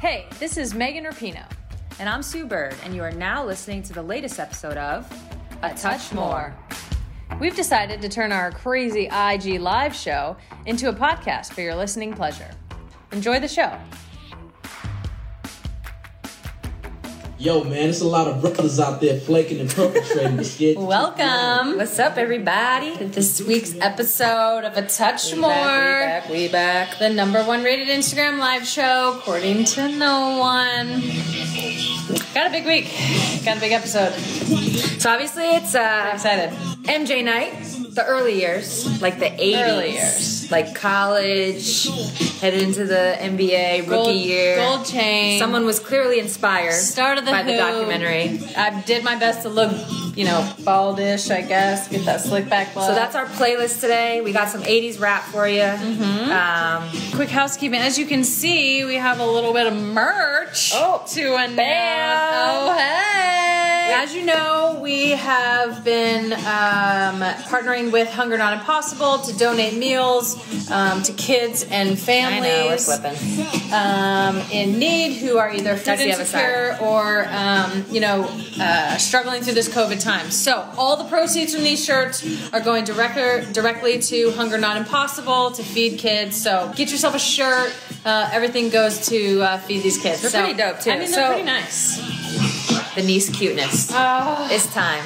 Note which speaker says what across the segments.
Speaker 1: Hey, this is Megan Rapino,
Speaker 2: And I'm Sue Bird, and you are now listening to the latest episode of
Speaker 1: A Touch More. We've decided to turn our crazy IG live show into a podcast for your listening pleasure. Enjoy the show.
Speaker 3: Yo, man, it's a lot of brothers out there flaking and perpetrating this shit.
Speaker 1: Welcome
Speaker 2: What's up, everybody?
Speaker 1: to this week's episode of A Touch
Speaker 2: We
Speaker 1: More.
Speaker 2: back, we back.
Speaker 1: The number one rated Instagram live show, according to no one. Got a big week. Got a big episode.
Speaker 2: So obviously, it's uh,
Speaker 1: Excited.
Speaker 2: MJ night, the early years, like the 80s,
Speaker 1: Early years.
Speaker 2: like college, headed into the NBA rookie
Speaker 1: Gold,
Speaker 2: year.
Speaker 1: gold chain.
Speaker 2: Someone was clearly inspired
Speaker 1: Start of the
Speaker 2: by the
Speaker 1: Who.
Speaker 2: documentary.
Speaker 1: I did my best to look, you know, baldish. I guess get that slick back look.
Speaker 2: So that's our playlist today. We got some 80s rap for you.
Speaker 1: Mm-hmm.
Speaker 2: Um,
Speaker 1: quick housekeeping. As you can see, we have a little bit of merch
Speaker 2: Oh,
Speaker 1: to announce.
Speaker 2: bam.
Speaker 1: Oh hey! As you know, we have been um, partnering with Hunger Not Impossible to donate meals um, to kids and
Speaker 2: I know, we're
Speaker 1: families
Speaker 2: flipping.
Speaker 1: um, in need who are either food
Speaker 2: That's the other
Speaker 1: insecure or um, you know uh, struggling through this COVID time. So all the proceeds from these shirts are going direct- directly to Hunger Not Impossible to feed kids. So get yourself a shirt. Uh, everything goes to uh, feed these kids.
Speaker 2: They're
Speaker 1: So-
Speaker 2: pretty dope, too.
Speaker 1: I mean, they're
Speaker 2: So-
Speaker 1: pretty nice.
Speaker 2: The niece cuteness.
Speaker 1: Oh,
Speaker 2: It's time.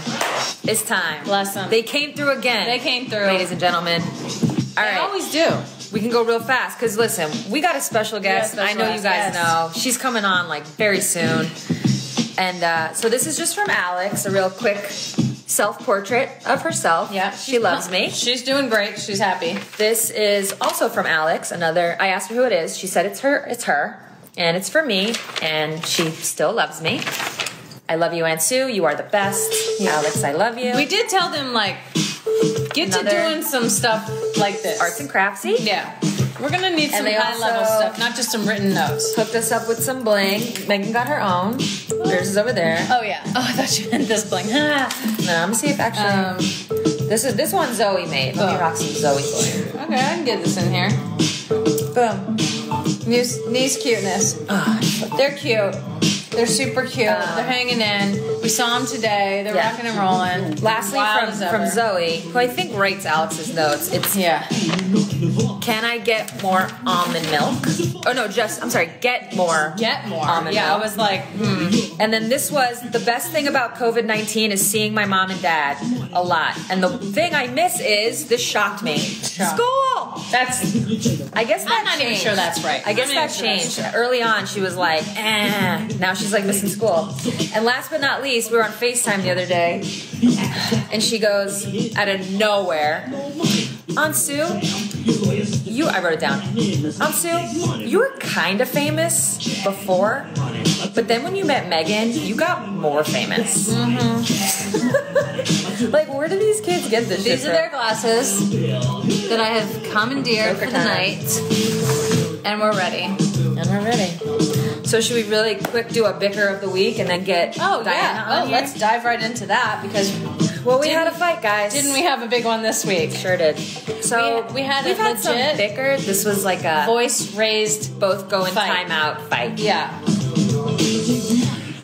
Speaker 2: It's time.
Speaker 1: Bless 'em.
Speaker 2: They came through again.
Speaker 1: They came through.
Speaker 2: Ladies and gentlemen. All
Speaker 1: they
Speaker 2: right.
Speaker 1: always do.
Speaker 2: we can go real fast because listen, we got a special
Speaker 1: got a
Speaker 2: guest.
Speaker 1: special
Speaker 2: I know you guys
Speaker 1: guest.
Speaker 2: know. She's coming on like very soon. And uh, so this is just from Alex, a real quick self portrait of herself.
Speaker 1: Yeah,
Speaker 2: She loves me.
Speaker 1: She's doing great. She's happy.
Speaker 2: This is also from Alex. Another. I asked her who it is. She said it's her. It's her, and it's for me. And she still loves me. I love you, Aunt Sue. You are the best, Alex. I love you.
Speaker 1: We did tell them like get to
Speaker 2: Another-
Speaker 1: doing some stuff like this.
Speaker 2: arts and craftsy.
Speaker 1: Yeah. We're gonna need some
Speaker 2: they
Speaker 1: high level
Speaker 2: also-
Speaker 1: stuff, not just some written notes.
Speaker 2: Hooked us up with some bling. Megan got her own. Hers is over there.
Speaker 1: Oh yeah. Oh, I thought you meant this bling. Ah.
Speaker 2: No, I'm gonna see if actually
Speaker 1: Um,
Speaker 2: this is this one Zoe made. Let me
Speaker 1: Oh.
Speaker 2: rock some Zoe for you.
Speaker 1: okay, I can get this in here. Boom. Knees, knees cuteness. They're cute. They're super cute. They're hanging in. We saw them today. They're
Speaker 2: Yeah.
Speaker 1: rocking and rolling.
Speaker 2: Lastly,
Speaker 1: Wild
Speaker 2: from
Speaker 1: as ever.
Speaker 2: from Zoe, who I think writes Alex's notes. It's
Speaker 1: Yeah.
Speaker 2: can I get more almond milk? Oh no, just I'm sorry, get more.
Speaker 1: Get more.
Speaker 2: Almond
Speaker 1: yeah,
Speaker 2: milk.
Speaker 1: I was like, hmm.
Speaker 2: And then this was the best thing about COVID 19 is seeing my mom and dad a lot. And the thing I miss is this shocked me. School.
Speaker 1: that's.
Speaker 2: I guess that
Speaker 1: I'm not even
Speaker 2: changed.
Speaker 1: sure that's right.
Speaker 2: I guess
Speaker 1: I'm not
Speaker 2: that
Speaker 1: even sure that's
Speaker 2: changed. Early on, she was like, eh. Now she's like missing school. And last but not least, we were on FaceTime the other day, and she goes out of nowhere, Aunt Sue, you, I wrote it down. Aunt Sue, you were kind of famous before, but then when you met Megan, you got more famous. like, where do these kids get this shit
Speaker 1: Mm-hmm. These are
Speaker 2: from?
Speaker 1: their glasses that I have commandeered for the
Speaker 2: time.
Speaker 1: night, and we're ready.
Speaker 2: And we're ready. So should we really quick do a bicker of the week and then get
Speaker 1: Oh
Speaker 2: Diana
Speaker 1: yeah.
Speaker 2: on
Speaker 1: Oh,
Speaker 2: here?
Speaker 1: let's dive right into that because
Speaker 2: Well, we had a
Speaker 1: Didn't-
Speaker 2: fight, guys.
Speaker 1: didn't we have a big one this week?
Speaker 2: Sure did. So
Speaker 1: We- we had a
Speaker 2: we've had some
Speaker 1: legit-
Speaker 2: bicker. This was like a
Speaker 1: Voice raised.
Speaker 2: both go in
Speaker 1: fight.
Speaker 2: timeout fight.
Speaker 1: Yeah.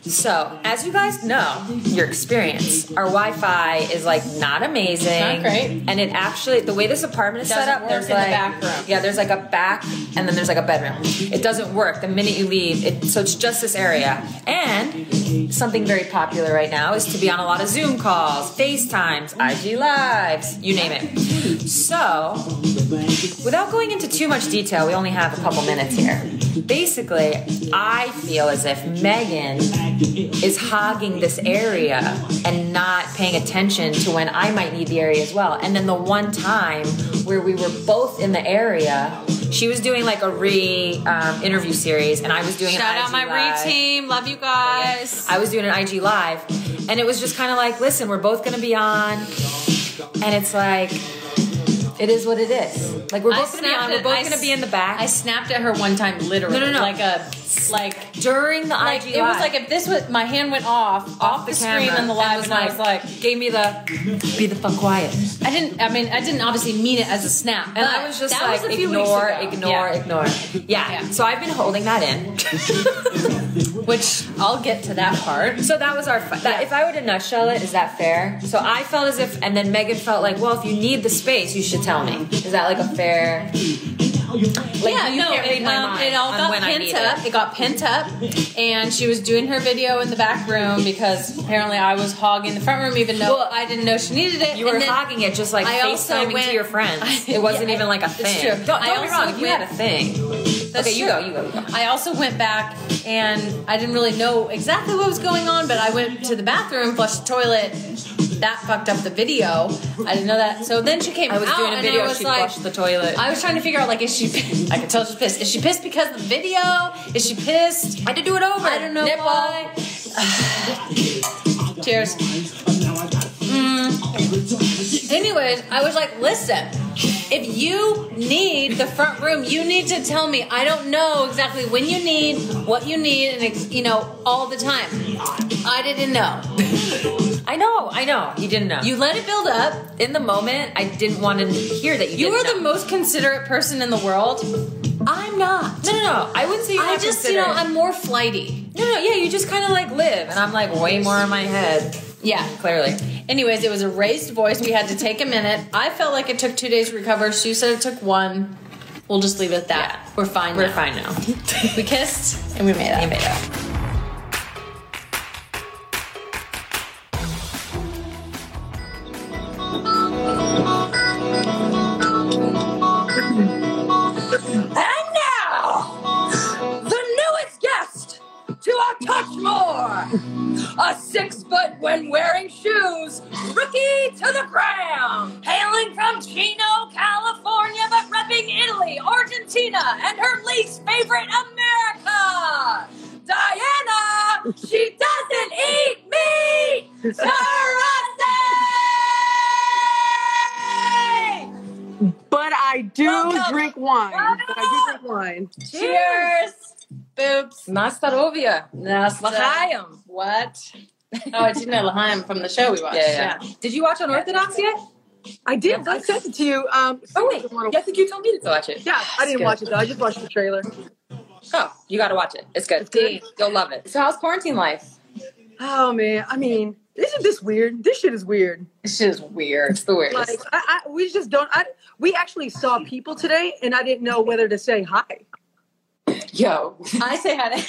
Speaker 2: So as you guys know, your experience, our Wi-Fi is like not amazing.
Speaker 1: Not great.
Speaker 2: And it actually, the way this apartment is set
Speaker 1: Doesn't
Speaker 2: up,
Speaker 1: work
Speaker 2: there's
Speaker 1: in the
Speaker 2: like
Speaker 1: back room.
Speaker 2: yeah, there's like a back, and then there's like a bedroom. It doesn't work the minute you leave. It, so it's just this area. And something very popular right now is to be on a lot of Zoom calls, FaceTimes, IG lives, you name it. So Without going into too much detail, we only have a couple minutes here. Basically, I feel as if Megan is hogging this area and not paying attention to when I might need the area as well. And then the one time where we were both in the area, she was doing like a re um, interview series, and I was doing
Speaker 1: Shout
Speaker 2: an
Speaker 1: out
Speaker 2: IG
Speaker 1: my
Speaker 2: live.
Speaker 1: re team. Love you guys.
Speaker 2: I was doing an IG live, and it was just kind of like, listen, we're both gonna be on, and it's like, It is what it is. Like we're
Speaker 1: I
Speaker 2: both gonna be
Speaker 1: snapped
Speaker 2: on.
Speaker 1: it.
Speaker 2: We're both
Speaker 1: I
Speaker 2: gonna
Speaker 1: s-
Speaker 2: be in the back.
Speaker 1: I snapped at her one time, literally.
Speaker 2: No, no, no.
Speaker 1: Like a like.
Speaker 2: during the
Speaker 1: Like
Speaker 2: IG
Speaker 1: it was
Speaker 2: live,
Speaker 1: like if this was my hand went off off, the, screen
Speaker 2: camera,
Speaker 1: and the live,
Speaker 2: was
Speaker 1: and I was like,
Speaker 2: gave me the be the fuck quiet,
Speaker 1: I didn't. I mean, I didn't obviously mean it as a snap.
Speaker 2: and
Speaker 1: but
Speaker 2: I was just
Speaker 1: that
Speaker 2: like,
Speaker 1: was a few weeks
Speaker 2: ignore,
Speaker 1: ago.
Speaker 2: ignore,
Speaker 1: Yeah.
Speaker 2: ignore. Yeah.
Speaker 1: Yeah.
Speaker 2: So I've been holding that in.
Speaker 1: Which I'll get to that part.
Speaker 2: So that was our. Fi- that, If I were to nutshell it, is that fair? So I felt as if, and then Megan felt like, well, if you need the space, you should tell me. Is that like a fair? Like,
Speaker 1: yeah,
Speaker 2: you
Speaker 1: no,
Speaker 2: can't read
Speaker 1: it,
Speaker 2: my
Speaker 1: um,
Speaker 2: mind
Speaker 1: it all
Speaker 2: on
Speaker 1: got
Speaker 2: when I need
Speaker 1: pent
Speaker 2: it.
Speaker 1: up. It. got pent up, and she was doing her video in the back room because apparently I was hogging the front room, even though
Speaker 2: Well,
Speaker 1: I didn't know she needed it.
Speaker 2: You
Speaker 1: And
Speaker 2: were
Speaker 1: then-
Speaker 2: hogging it just like
Speaker 1: I also
Speaker 2: FaceTiming
Speaker 1: went-
Speaker 2: to your friends.
Speaker 1: I-
Speaker 2: it wasn't
Speaker 1: yeah,
Speaker 2: even like a
Speaker 1: it's
Speaker 2: thing.
Speaker 1: true.
Speaker 2: Don't, don't
Speaker 1: I
Speaker 2: get me
Speaker 1: also
Speaker 2: wrong. you had
Speaker 1: went-
Speaker 2: a thing.
Speaker 1: That's
Speaker 2: okay, you
Speaker 1: true.
Speaker 2: go. You go. You go.
Speaker 1: I also went back and I didn't really know exactly what was going on, but I went to the bathroom, flushed the toilet. That fucked up the video. I didn't know that. So then she came
Speaker 2: I was
Speaker 1: out
Speaker 2: doing a
Speaker 1: and
Speaker 2: video.
Speaker 1: I was
Speaker 2: She
Speaker 1: like,
Speaker 2: flushed the toilet.
Speaker 1: I was trying to figure out like, is she? I could tell she's pissed. Is she pissed because of the video? Is she pissed?
Speaker 2: I had to do it over.
Speaker 1: I don't know
Speaker 2: Nipple.
Speaker 1: why. Cheers. Mm. Anyways, I was like, listen, if you need the front room, you need to tell me. I don't know exactly when you need, what you need, and ex- you know, all the time. I didn't know.
Speaker 2: I know. I know. You didn't know.
Speaker 1: You let it build up.
Speaker 2: in the moment, I didn't want to hear that you.
Speaker 1: You
Speaker 2: didn't
Speaker 1: are
Speaker 2: know.
Speaker 1: the most considerate person in the world. I'm not.
Speaker 2: No, no, no. I wouldn't say you
Speaker 1: I just, you know, I'm more flighty.
Speaker 2: No, no, yeah, you just kind of like live, and I'm like way more in my head.
Speaker 1: Yeah.
Speaker 2: Clearly,
Speaker 1: Anyways, it was a raised voice. We had to take a minute. I felt like it took two days to recover. Sue said it took one. We'll just leave it at that.
Speaker 2: Yeah.
Speaker 1: We're fine.
Speaker 2: we're
Speaker 1: now.
Speaker 2: fine now.
Speaker 1: We kissed and we made up.
Speaker 2: You made up.
Speaker 4: And now, the newest guest to our Touchmore, a six foot when wearing shoes, rookie to the ground, hailing from Chino, California, but repping Italy, Argentina, and her least favorite America, Diana. She doesn't eat meat. Sarasi!
Speaker 5: But I do
Speaker 4: Welcome.
Speaker 5: drink wine. But I do drink wine.
Speaker 4: Cheers.
Speaker 1: Boobs.
Speaker 2: Nastarovia.
Speaker 4: L'chaim.
Speaker 1: What? Oh, I didn't know Lahaim from the show we watched.
Speaker 2: Yeah,
Speaker 4: Did you watch Unorthodox yet?
Speaker 5: I did. I sent it to you. Um,
Speaker 4: Oh wait,
Speaker 5: someone-
Speaker 4: yeah, I think you told me to watch it.
Speaker 5: yeah, I didn't
Speaker 2: good.
Speaker 5: watch it though. I just watched the trailer.
Speaker 2: Oh, you got to watch it. It's good.
Speaker 5: It's good.
Speaker 2: You'll love it. So, how's quarantine life?
Speaker 5: Oh man, I mean, isn't this weird? This shit is weird.
Speaker 2: It's just weird. It's the weirdest.
Speaker 5: Like, I, I, we just don't. I, we actually saw people today, and I didn't know whether to say hi.
Speaker 2: Yo.
Speaker 1: I say hi to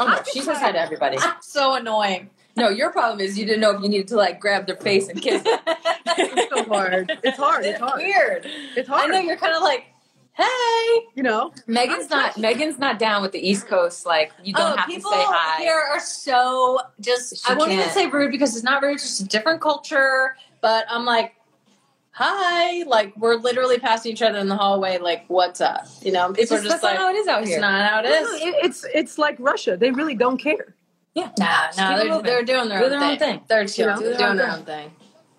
Speaker 2: Oh no,
Speaker 5: I'm
Speaker 2: she
Speaker 5: just
Speaker 2: says hi to everybody.
Speaker 1: I'm so annoying.
Speaker 2: No, your problem is you didn't know if you needed to like grab their face and kiss. them.
Speaker 5: It's so hard. It's hard. It's hard.
Speaker 1: Weird.
Speaker 5: It's
Speaker 1: I
Speaker 5: hard.
Speaker 1: know you're kind of like, hey.
Speaker 5: you know.
Speaker 2: Megan's not. Megan's not down with the East Coast. Like you don't
Speaker 1: oh,
Speaker 2: have to say
Speaker 1: people
Speaker 2: hi.
Speaker 1: here are so just.
Speaker 2: She
Speaker 1: I won't even
Speaker 2: can't.
Speaker 1: say rude because it's not rude. It's just a different culture. But I'm like, hi, like we're literally passing each other in the hallway. Like, what's up? You know, and
Speaker 2: It's
Speaker 1: people are just
Speaker 2: just that's
Speaker 1: like,
Speaker 2: not how it is out
Speaker 1: it's
Speaker 2: here.
Speaker 1: not how it
Speaker 5: No,
Speaker 1: is.
Speaker 5: it- it's it's like Russia. They really don't care.
Speaker 2: yeah.
Speaker 1: Nah,
Speaker 2: keep it
Speaker 1: nah, they're,
Speaker 2: moving.
Speaker 1: they're doing their,
Speaker 2: Do
Speaker 1: own,
Speaker 2: their
Speaker 1: thing.
Speaker 2: own thing.
Speaker 1: They're chill.
Speaker 5: You know?
Speaker 1: They're doing their own thing.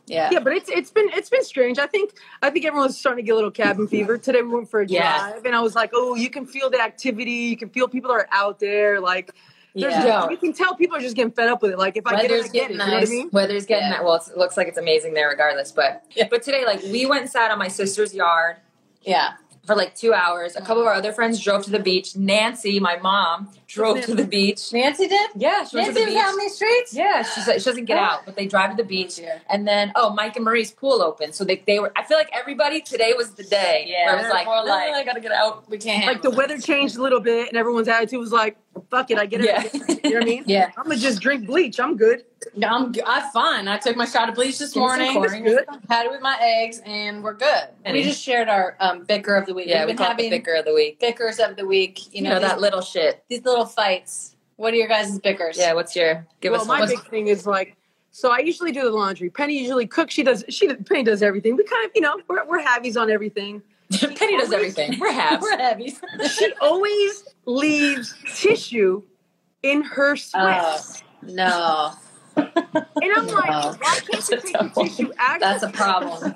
Speaker 1: Yeah.
Speaker 5: Yeah, but it's it's been it's been strange. I think I think everyone's starting to get a little cabin fever. Today we went for a drive,
Speaker 2: Yes.
Speaker 5: and I was like, oh, you can feel the activity. You can feel people are out there. Like, there's
Speaker 2: Yeah.
Speaker 5: you can tell people are just getting fed up with it. Like, if I get it, I
Speaker 1: Weather's
Speaker 5: get it.
Speaker 1: getting
Speaker 5: You know what I
Speaker 1: nice.
Speaker 5: mean?
Speaker 2: Weather's getting
Speaker 1: Yeah.
Speaker 2: well. It's, it looks like it's amazing there, regardless. But
Speaker 1: Yeah.
Speaker 2: but today, like we went and sat on my sister's yard
Speaker 1: Yeah.
Speaker 2: for like two hours. A couple of our other friends drove to the beach. Nancy, my mom, drove to the beach.
Speaker 1: Nancy did?
Speaker 2: Yeah, she went
Speaker 1: Nancy
Speaker 2: to the
Speaker 1: was
Speaker 2: beach.
Speaker 1: out on these streets?
Speaker 2: Yeah, she's like, she doesn't get out, but they drive to the beach. And then, oh, Mike and Marie's pool open. So they, they were, I feel like everybody today was the day. Where it was like,
Speaker 1: Or
Speaker 2: like,
Speaker 1: like, I gotta get out. We can't.
Speaker 5: Like the weather changed a little bit, and everyone's attitude was like, fuck it, I get it. I
Speaker 2: Yeah.
Speaker 5: get it. You know what I mean?
Speaker 1: Yeah.
Speaker 5: I'm gonna just drink bleach. I'm good.
Speaker 1: I'm, I'm fine. I took my shot of bleach this
Speaker 2: Give me some
Speaker 1: morning.
Speaker 2: corn.
Speaker 5: It's good.
Speaker 1: had it with my eggs, and we're good.
Speaker 2: Any.
Speaker 1: We just shared our um, bicker of the week.
Speaker 2: yeah, we
Speaker 1: We've been
Speaker 2: call it the
Speaker 1: having
Speaker 2: bicker of the week.
Speaker 1: bickers of the week. You
Speaker 2: You
Speaker 1: know,
Speaker 2: know,
Speaker 1: these,
Speaker 2: that little shit.
Speaker 1: these little fights. What are your guys' bickers?
Speaker 2: Yeah, what's your, give
Speaker 5: well,
Speaker 2: us
Speaker 5: my
Speaker 2: one.
Speaker 5: big thing is like, so I usually do the laundry. Penny usually cooks. She does. She Penny does everything. We kind of, you know, we're we're havies on everything.
Speaker 2: Penny does everything. We're halves.
Speaker 1: we're heavy.
Speaker 5: she always
Speaker 1: Oh.
Speaker 5: leaves tissue in her sweat.
Speaker 1: no,
Speaker 5: And I'm
Speaker 1: Wow.
Speaker 5: like, why can't
Speaker 1: Oh.
Speaker 5: you
Speaker 1: That's a
Speaker 5: take the
Speaker 1: tough
Speaker 5: tissue
Speaker 1: That's
Speaker 5: out
Speaker 1: a problem.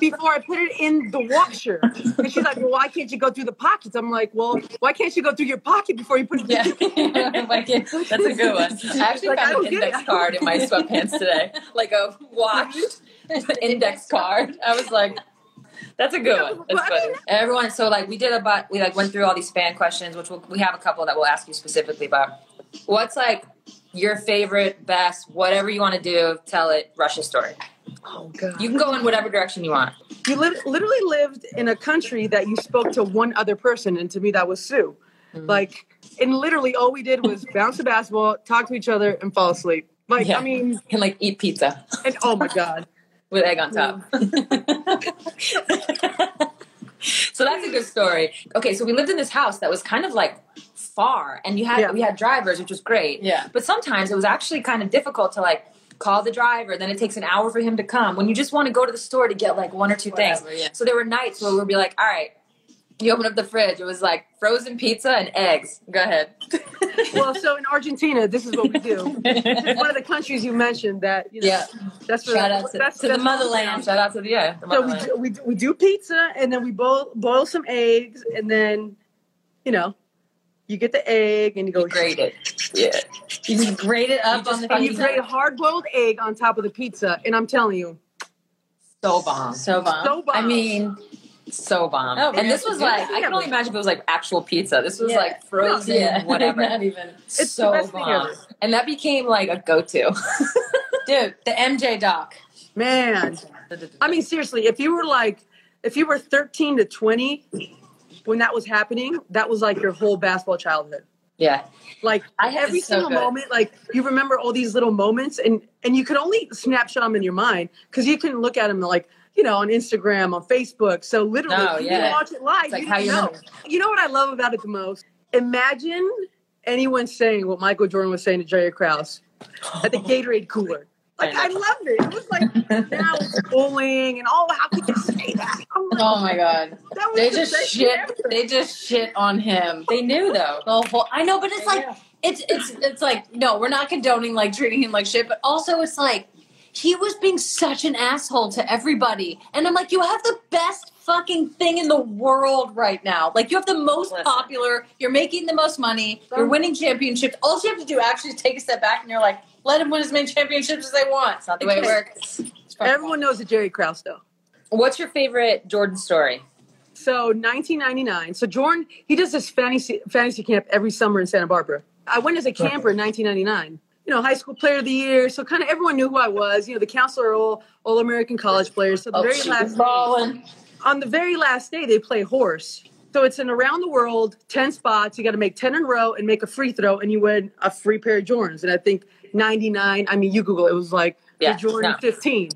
Speaker 5: before I put it in the washer? And she's like, well, why can't you go through the pockets? I'm like, well, why can't you go through your pocket before you put it?
Speaker 2: Yeah,
Speaker 5: in
Speaker 2: Like, that's a good one. I actually
Speaker 5: Like, I
Speaker 2: found
Speaker 5: don't
Speaker 2: an
Speaker 5: get it.
Speaker 2: index card in my sweatpants today, like a washed index card. I was like, that's a good one. That's funny. Everyone, so like we did about we like went through all these fan questions, which we'll, we have a couple that we'll ask you specifically about. What's like your favorite, best, whatever you want to do, tell it Russia story.
Speaker 5: Oh god!
Speaker 2: You
Speaker 5: You,
Speaker 2: can go in whatever direction you want.
Speaker 5: you li- literally lived in a country that you spoke to one other person, and to me, that was Sue.
Speaker 1: Mm.
Speaker 5: Like, and literally, all we did was bounce a basketball, talk to each other, and fall asleep. Like,
Speaker 2: Yeah.
Speaker 5: I mean,
Speaker 2: You can like eat pizza
Speaker 5: and oh my god,
Speaker 2: with egg on top. so that's a good story. Okay, so we lived in this house that was kind of like far, and you had
Speaker 5: Yeah.
Speaker 2: we had drivers, which was great.
Speaker 1: Yeah.
Speaker 2: But sometimes it was actually kind of difficult to like call the driver. Then it takes an hour for him to come. When you just want to go to the store to get like one or two
Speaker 1: Whatever,
Speaker 2: things.
Speaker 1: yeah.
Speaker 2: So there were nights where we'd be like, all right. You open up the fridge. It was like frozen pizza and eggs. Go ahead.
Speaker 5: well, so in Argentina, this is what we do. It's one of the countries you mentioned that. You know,
Speaker 2: Yeah.
Speaker 5: That's what.
Speaker 2: Shout out to,
Speaker 5: that's,
Speaker 2: to the
Speaker 5: that's-
Speaker 2: motherland. Shout out to the yeah. The
Speaker 5: So
Speaker 2: motherland.
Speaker 5: we do, we, do- we do pizza, and then we boil boil some eggs, and then, you know, you get the egg, and you go
Speaker 2: You grate it. Yeah.
Speaker 1: You just grate it up
Speaker 2: You just
Speaker 1: on the
Speaker 5: And you
Speaker 1: pizza.
Speaker 5: grate a hard boiled egg on top of the pizza, and I'm telling you,
Speaker 2: So bomb.
Speaker 1: So bomb.
Speaker 5: so bomb.
Speaker 2: I mean, so bomb.
Speaker 1: Oh,
Speaker 2: and this was like, I
Speaker 5: really?
Speaker 2: can only imagine if it was like actual pizza. This was
Speaker 1: Yeah.
Speaker 2: like frozen,
Speaker 1: yeah,
Speaker 2: whatever.
Speaker 1: Not even.
Speaker 5: It's
Speaker 2: so
Speaker 5: the best thing
Speaker 2: bomb.
Speaker 5: ever.
Speaker 2: And that became like a go to.
Speaker 1: Dude, the MJ doc.
Speaker 5: man. I mean, seriously, if you were like, if you were 13 to 20 when that was happening, that was like your whole basketball childhood.
Speaker 2: yeah.
Speaker 5: Like
Speaker 2: I had
Speaker 5: every
Speaker 2: it so
Speaker 5: single
Speaker 2: good.
Speaker 5: moment, like you remember all these little moments, and and you could only snapshot them in your mind because you couldn't look at them like you know on Instagram, on Facebook. So literally,
Speaker 2: No,
Speaker 5: you
Speaker 2: yeah.
Speaker 5: can watch it live.
Speaker 2: It's like
Speaker 5: you
Speaker 2: how
Speaker 5: didn't
Speaker 2: you
Speaker 5: know.
Speaker 2: remember.
Speaker 5: You know what I love about it the most? Imagine anyone saying what Michael Jordan was saying to Jerry Krause at the Gatorade cooler. Like I,
Speaker 2: I
Speaker 5: loved it. It was like now it's bullying and oh, how could you say that? I'm like,
Speaker 1: Oh my god.
Speaker 5: that was
Speaker 1: They
Speaker 5: the
Speaker 1: just
Speaker 5: best
Speaker 1: shit.
Speaker 5: ever.
Speaker 1: They just shit on him.
Speaker 2: They knew though.
Speaker 1: The whole. I know, but it's like it's it's it's like no, we're not condoning like treating him like shit, but also it's like he was being such an asshole to everybody, and I'm like, you have the best fucking thing in the world right now. Like you have the most
Speaker 2: Listen.
Speaker 1: popular, you're making the most money, you're winning championships. All you have to do actually is take a step back, and you're like, let him win as many championships as they want. It's
Speaker 2: not the
Speaker 1: way it
Speaker 2: case.
Speaker 1: works. It's fucking
Speaker 5: Everyone knows the Jerry Krause though.
Speaker 2: What's your favorite Jordan story?
Speaker 5: So 1999. So Jordan, he does this fantasy fantasy camp every summer in Santa Barbara. I went as a camper in 1999. You know, high school player of the year. So kind of everyone knew who I was. You know, the counselor are all all American college players.
Speaker 2: Oh,
Speaker 5: So the very last
Speaker 1: balling.
Speaker 5: on the very last day they play horse. So it's an around the world, 10 spots. You got to make 10 in a row and make a free throw and you win a free pair of Jordans. And I think 99, I mean, you Google it, it was like the
Speaker 2: Yeah,
Speaker 5: Jordan
Speaker 2: no.
Speaker 5: 15.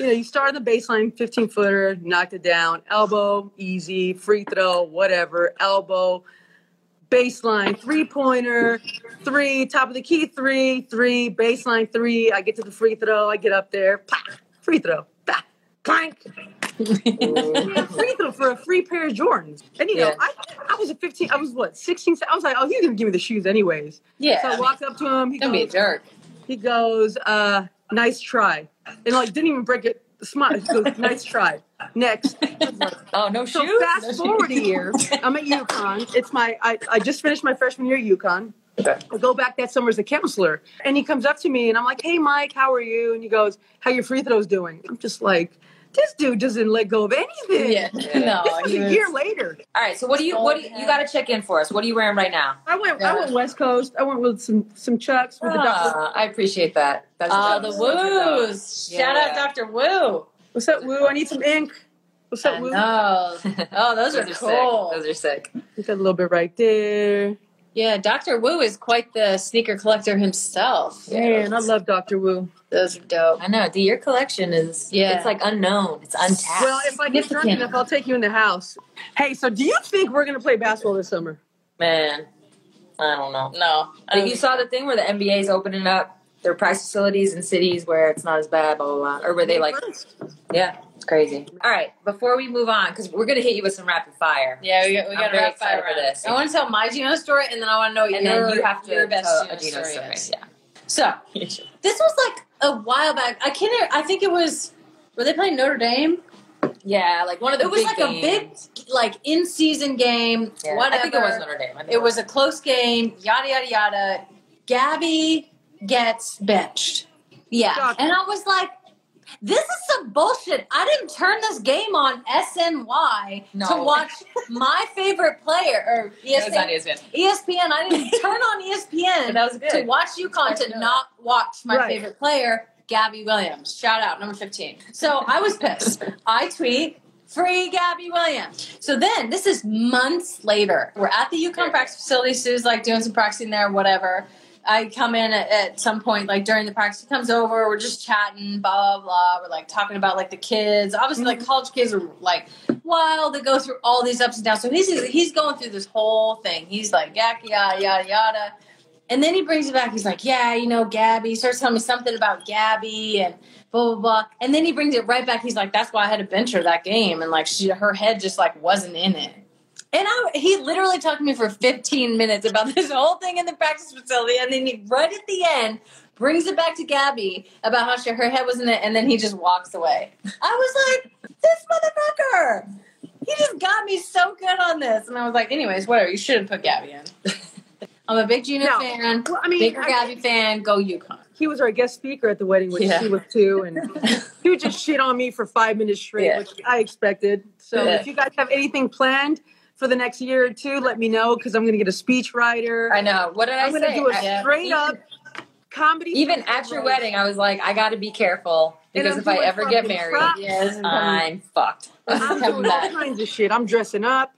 Speaker 5: You know, you start on the baseline, 15 footer, knocked it down, elbow, easy, free throw, whatever, elbow, baseline, three pointer, three, top of the key, three, three, baseline, three. I get to the free throw, I get up there, pop, free throw, bah, clank, a free throw for a free pair of Jordans. And you know,
Speaker 2: Yeah.
Speaker 5: I, I was a 15, I was what, 16? I was like, oh, he's gonna give me the shoes anyways.
Speaker 1: Yeah.
Speaker 5: So I walked up to him. He
Speaker 1: Don't be a
Speaker 5: goes,
Speaker 1: jerk.
Speaker 5: he goes uh, nice try. And like, didn't even break it. Smile. He goes, nice try. Next.
Speaker 2: Oh, no
Speaker 5: So
Speaker 2: shoes?
Speaker 5: fast
Speaker 2: No shoes.
Speaker 5: forward a year, I'm at UConn. It's my, I, I just finished my freshman year at UConn.
Speaker 2: Okay.
Speaker 5: I go back that summer as a counselor, and he comes up to me, and I'm like, "Hey, Mike, how are you?" And he goes, "How your free throws doing?" I'm just like, "This dude doesn't let go of anything."
Speaker 1: Yeah. No.
Speaker 5: This was
Speaker 1: he
Speaker 5: a
Speaker 1: was-
Speaker 5: year later.
Speaker 2: All right, so what do you what do you, you got to check in for us? What are you wearing right now?
Speaker 5: I went.
Speaker 1: Yeah.
Speaker 5: I went West Coast. I went with some some chucks with the doctor.
Speaker 2: Ah, I appreciate that. That's
Speaker 1: Oh, the
Speaker 2: that's good though.
Speaker 1: woos. Shout out
Speaker 2: Yeah.
Speaker 1: Dr. Woo.
Speaker 5: What's up, Woo? I need some ink. What's up, Woo?
Speaker 1: No. Oh, those are cool.
Speaker 2: sick. Those are sick.
Speaker 5: You got a little bit right there.
Speaker 1: Yeah, Dr. Woo is quite the sneaker collector himself.
Speaker 5: Man, I love Doctor Woo.
Speaker 1: Those are dope.
Speaker 2: I know. D, your collection is
Speaker 1: Yeah.
Speaker 2: It's like unknown. It's untapped.
Speaker 5: Well, if I get drunk
Speaker 1: Significant.
Speaker 5: enough, I'll take you in the house. Hey, so do you think we're gonna play basketball this summer?
Speaker 2: man, I don't know.
Speaker 1: No. I
Speaker 2: Like you saw the thing where the NBA is opening up their price facilities in cities where it's not as bad, blah blah, blah. or where they like,
Speaker 5: First.
Speaker 2: yeah, it's crazy. All right, before we move on, because we're gonna hit you with some rapid fire.
Speaker 1: yeah, we got, we
Speaker 2: I'm
Speaker 1: got to
Speaker 2: very
Speaker 1: wrap
Speaker 2: excited
Speaker 1: five
Speaker 2: for this.
Speaker 1: I want to tell my Gino story, and then I want to know
Speaker 2: And
Speaker 1: your,
Speaker 2: then you have to
Speaker 1: your best
Speaker 2: tell
Speaker 1: Gino
Speaker 2: a Gino story.
Speaker 1: is.
Speaker 2: Yeah.
Speaker 1: So
Speaker 6: This was like a while back. I can't. I think it was. Were they playing Notre Dame?
Speaker 2: Yeah, like one of the
Speaker 6: It was
Speaker 2: big
Speaker 6: like a big,
Speaker 2: games.
Speaker 6: like in season game.
Speaker 2: Yeah,
Speaker 6: Whatever.
Speaker 2: I think it was Notre Dame. I think
Speaker 6: It was a close game. Yada yada yada. Gabby gets benched. Yeah,
Speaker 5: Shocker.
Speaker 6: and I was like, "This is some bullshit." I didn't turn this game on SNY to
Speaker 2: No.
Speaker 6: watch my favorite player or
Speaker 2: It was on
Speaker 6: ESPN.
Speaker 2: ESPN.
Speaker 6: ESPN. I didn't turn on E ESPN
Speaker 2: That was good.
Speaker 6: to watch UConn to not watch my
Speaker 5: Right.
Speaker 6: favorite player, Gabby Williams. Shout out, number 15. So I was pissed. I tweet, free Gabby Williams. So then, this is months later. We're at the UConn practice facility. Sue's like doing some practicing there, whatever. I come in at, at some point, like during the practice, he comes over, we're just chatting, blah, blah, blah. We're like talking about like the kids. Obviously,
Speaker 2: Mm-hmm.
Speaker 6: like college kids are like wild. They go through all these ups and downs. So he's, he's going through this whole thing. He's like, yada, yada, yada, yada. And then he brings it back. He's like, yeah, you know, Gabby. He starts telling me something about Gabby and blah, blah, blah. And then he brings it right back. He's like, that's why I had to bench her that game. And like, she, her head just like wasn't in it. And I, he literally talked to me for 15 minutes about this whole thing in the practice facility. And then he, right at the end, brings it back to Gabby about how she, her head was in it. And then he just walks away. I was like, this motherfucker. He just got me so good on this. And I was like, anyways, whatever. You should have put Gabby in. I'm a big Gina
Speaker 5: No.
Speaker 6: fan.
Speaker 5: Well, I mean,
Speaker 6: Bigger
Speaker 5: I-
Speaker 6: Gabby fan, go UConn.
Speaker 5: he was our guest speaker at the wedding, which
Speaker 2: Yeah.
Speaker 5: she was too, and he would just shit on me for five minutes straight,
Speaker 2: Yeah.
Speaker 5: which I expected. So
Speaker 2: Yeah.
Speaker 5: if you guys have anything planned for the next year or two, let me know because I'm going to get a speech writer.
Speaker 2: I know. What did I
Speaker 5: I'm going to
Speaker 2: say?
Speaker 5: do a
Speaker 2: I-
Speaker 5: straight up comedy.
Speaker 2: even at your wedding, I was like, I got to be careful
Speaker 5: And
Speaker 2: because
Speaker 5: I'm
Speaker 2: if I
Speaker 5: doing
Speaker 2: ever get
Speaker 5: fucking
Speaker 2: married,
Speaker 5: crap.
Speaker 6: Yes.
Speaker 2: I'm fucked.
Speaker 5: I'm doing all kinds of shit. I'm dressing up.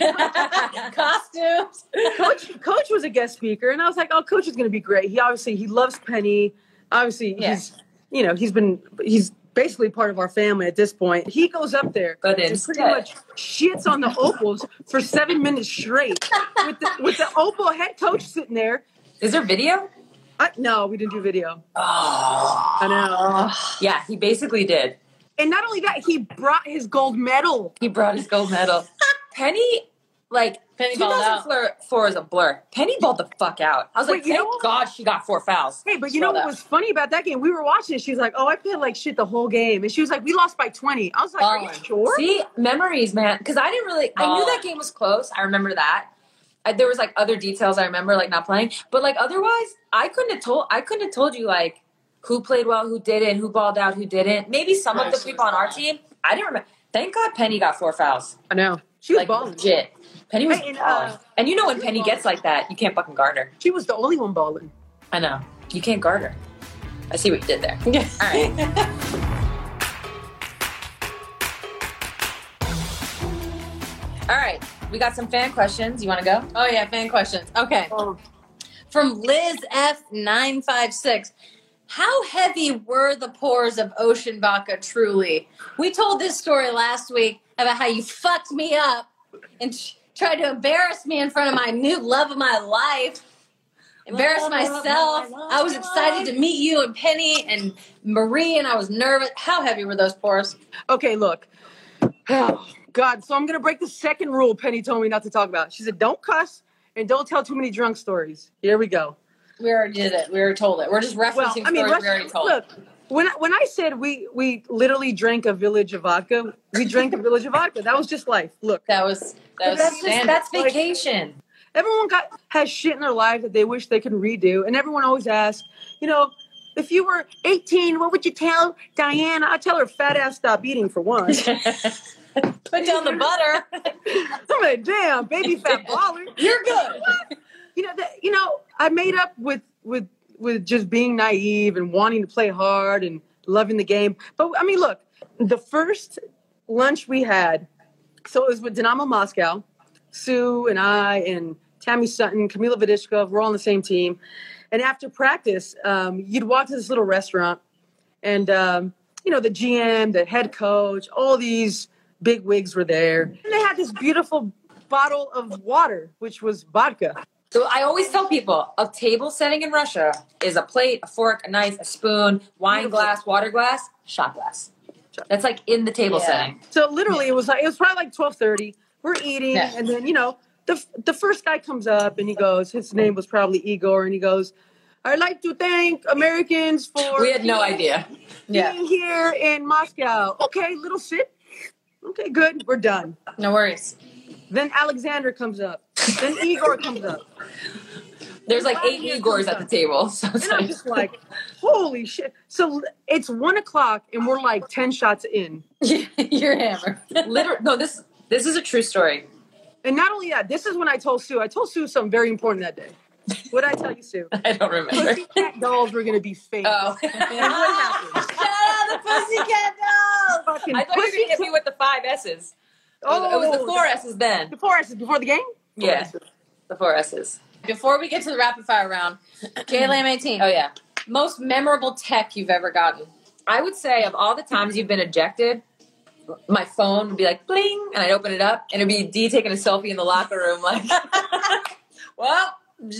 Speaker 6: yeah. Costumes.
Speaker 5: Coach, Coach was a guest speaker, and I was like, "Oh, Coach is going to be great." He obviously he loves Penny. Obviously,
Speaker 2: Yeah.
Speaker 5: he's you know he's been he's basically part of our family at this point. He goes up there,
Speaker 2: But
Speaker 5: and
Speaker 2: instead-
Speaker 5: pretty much shits on the opals for seven minutes straight with the, with the opal head coach sitting there.
Speaker 2: Is there video?
Speaker 5: I, no, we didn't do video.
Speaker 2: Oh,
Speaker 5: I know.
Speaker 2: yeah. He basically did.
Speaker 5: And not only that, he brought his gold medal.
Speaker 2: He brought his gold medal. Penny, like
Speaker 6: Penny balled out.
Speaker 2: 2004 is a blur. Penny balled the fuck out. I was like,
Speaker 5: Wait, you know
Speaker 2: thank
Speaker 5: what?
Speaker 2: God she got four fouls.
Speaker 5: Hey, but you know
Speaker 2: Scroll
Speaker 5: what
Speaker 2: down.
Speaker 5: was funny about that game? We were watching. it. She was like, "Oh, I played like shit the whole game," and she was like, "We lost by 20. I was like, "Are
Speaker 6: Ballin'.
Speaker 5: you sure?"
Speaker 2: See, memories, man. Because I didn't really, I knew
Speaker 6: Ballin'.
Speaker 2: that game was close. I remember that. I, there was like other details I remember, like not playing. But like otherwise, I couldn't have told. I couldn't have told you like who played well, who didn't, who balled out, who didn't. Maybe some of
Speaker 6: Right,
Speaker 2: the
Speaker 6: she
Speaker 2: people
Speaker 6: was
Speaker 2: on our
Speaker 6: fine.
Speaker 2: team. I didn't remember. Thank God Penny got four fouls.
Speaker 5: I know she was
Speaker 2: like
Speaker 5: balling.
Speaker 2: legit. Penny was
Speaker 5: Hey, and,
Speaker 2: and,
Speaker 5: uh,
Speaker 2: and you know when
Speaker 5: she
Speaker 2: Penny
Speaker 5: ballin'.
Speaker 2: gets like that, you can't fucking guard her.
Speaker 5: She was the only one balling.
Speaker 2: I know. You can't guard her. I see what you did there. All right. All right. We got some fan questions. You want to go?
Speaker 6: Oh, yeah, fan questions. Okay.
Speaker 5: Oh.
Speaker 6: From Liz F956. How heavy were the pores of ocean vodka truly? We told this story last week about how you fucked me up and t- tried to embarrass me in front of my new love of my life. Embarrass
Speaker 2: Love of my
Speaker 6: myself.
Speaker 2: life.
Speaker 6: I was excited to meet you and Penny and Marie, and I was nervous. How heavy were those pores?
Speaker 5: Okay, look. Oh, God, so I'm gonna break the second rule Penny told me not to talk about. She said, "Don't cuss and don't tell too many drunk stories." Here we go.
Speaker 6: We already did it. We already told it. We're just referencing
Speaker 5: Well, I mean,
Speaker 6: stories we already
Speaker 5: let's,
Speaker 6: told.
Speaker 5: look. When I, when I said we we literally drank a village of vodka, we drank a village of vodka. That was just life. Look,
Speaker 6: That was that was
Speaker 2: That's just
Speaker 6: standard.
Speaker 2: that's
Speaker 5: Like-
Speaker 2: vacation.
Speaker 5: everyone got has shit in their life that they wish they could redo, and everyone always asks, you know, if you were 18, what would you tell Diane? I tell her fat ass stop eating for one.
Speaker 6: put down the butter.
Speaker 5: I'm like, damn, baby fat baller.
Speaker 6: You're good.
Speaker 5: you know that you know i made up with with with just being naive and wanting to play hard and loving the game but i mean look the first lunch we had so it was with dinamo moscow sue and i and tammy sutton camila vadishkov we're all on the same team and after practice um, you'd walk to this little restaurant and um, you know the gm the head coach all these big wigs were there and they had this beautiful bottle of water which was vodka
Speaker 2: So I always tell people a table setting in Russia is a plate, a fork, a knife, a spoon, wine
Speaker 5: Beautiful.
Speaker 2: glass, water glass, shot glass.
Speaker 5: Shot.
Speaker 2: That's like in the table
Speaker 6: Yeah.
Speaker 2: setting.
Speaker 5: So literally, it was like it was probably like twelve thirty. We're eating,
Speaker 6: Yeah.
Speaker 5: and then you know the the first guy comes up and he goes, his name was probably Igor, and he goes, I'd like to thank Americans for
Speaker 6: We had no idea.
Speaker 1: Yeah.
Speaker 5: being here in Moscow. Okay, little shit. Okay, good. We're done.
Speaker 1: No worries.
Speaker 5: Then Alexander comes up. Then Igor comes up.
Speaker 2: There's like eight Igors at the table. So it's
Speaker 5: And I'm
Speaker 2: like,
Speaker 5: just like, holy shit. So it's one o'clock and we're like 10 shots in.
Speaker 1: You're hammered.
Speaker 2: literally, no, this this is a true story.
Speaker 5: And not only that, this is when I told Sue, I told Sue something very important that day. What did I tell you, Sue?
Speaker 2: I don't remember.
Speaker 5: Pussycat dolls were going to be famous.
Speaker 2: Oh,
Speaker 5: And what happened?
Speaker 6: Shout
Speaker 2: Ah,
Speaker 6: out the Pussycat Dolls!
Speaker 5: Fucking
Speaker 2: I thought you were gonna hit me with the five S's. It was, it was the four S's then.
Speaker 5: The four S's Oh, before the game?
Speaker 2: Yeah, the four S's.
Speaker 1: Before we get to the rapid fire round, JLAM 18,
Speaker 2: Oh yeah.
Speaker 1: most memorable tech you've ever gotten.
Speaker 2: I would say of all the times you've been ejected, my phone would be like bling, and I'd open it up, and it'd be D taking a selfie in the locker room, like, well,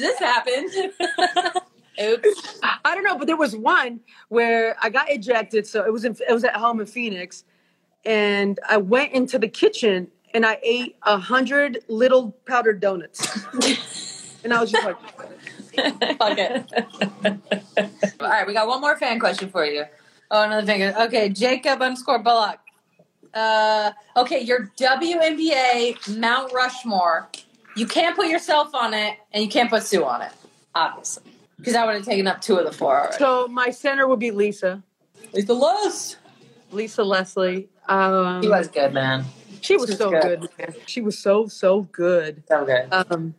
Speaker 2: this happened.
Speaker 1: Oops.
Speaker 5: I don't know, but there was one where I got ejected. So it was in, it was at home in Phoenix, and I went into the kitchen and I ate a hundred little powdered donuts, and I was just like,
Speaker 2: Fuck it. all right, we got one more fan question for you.
Speaker 1: Oh, another finger. Okay, Jacob underscore Bullock. Uh, okay, your WNBA Mount Rushmore. You can't put yourself on it, and you can't put Sue on it, obviously, because I would have taken up two of the four already.
Speaker 5: so my center would be Lisa,
Speaker 1: It's the lowest.
Speaker 5: Lisa Leslie. Um,
Speaker 2: He was good, man.
Speaker 5: she was so good. man. She was so so good.
Speaker 2: So good.
Speaker 5: Um,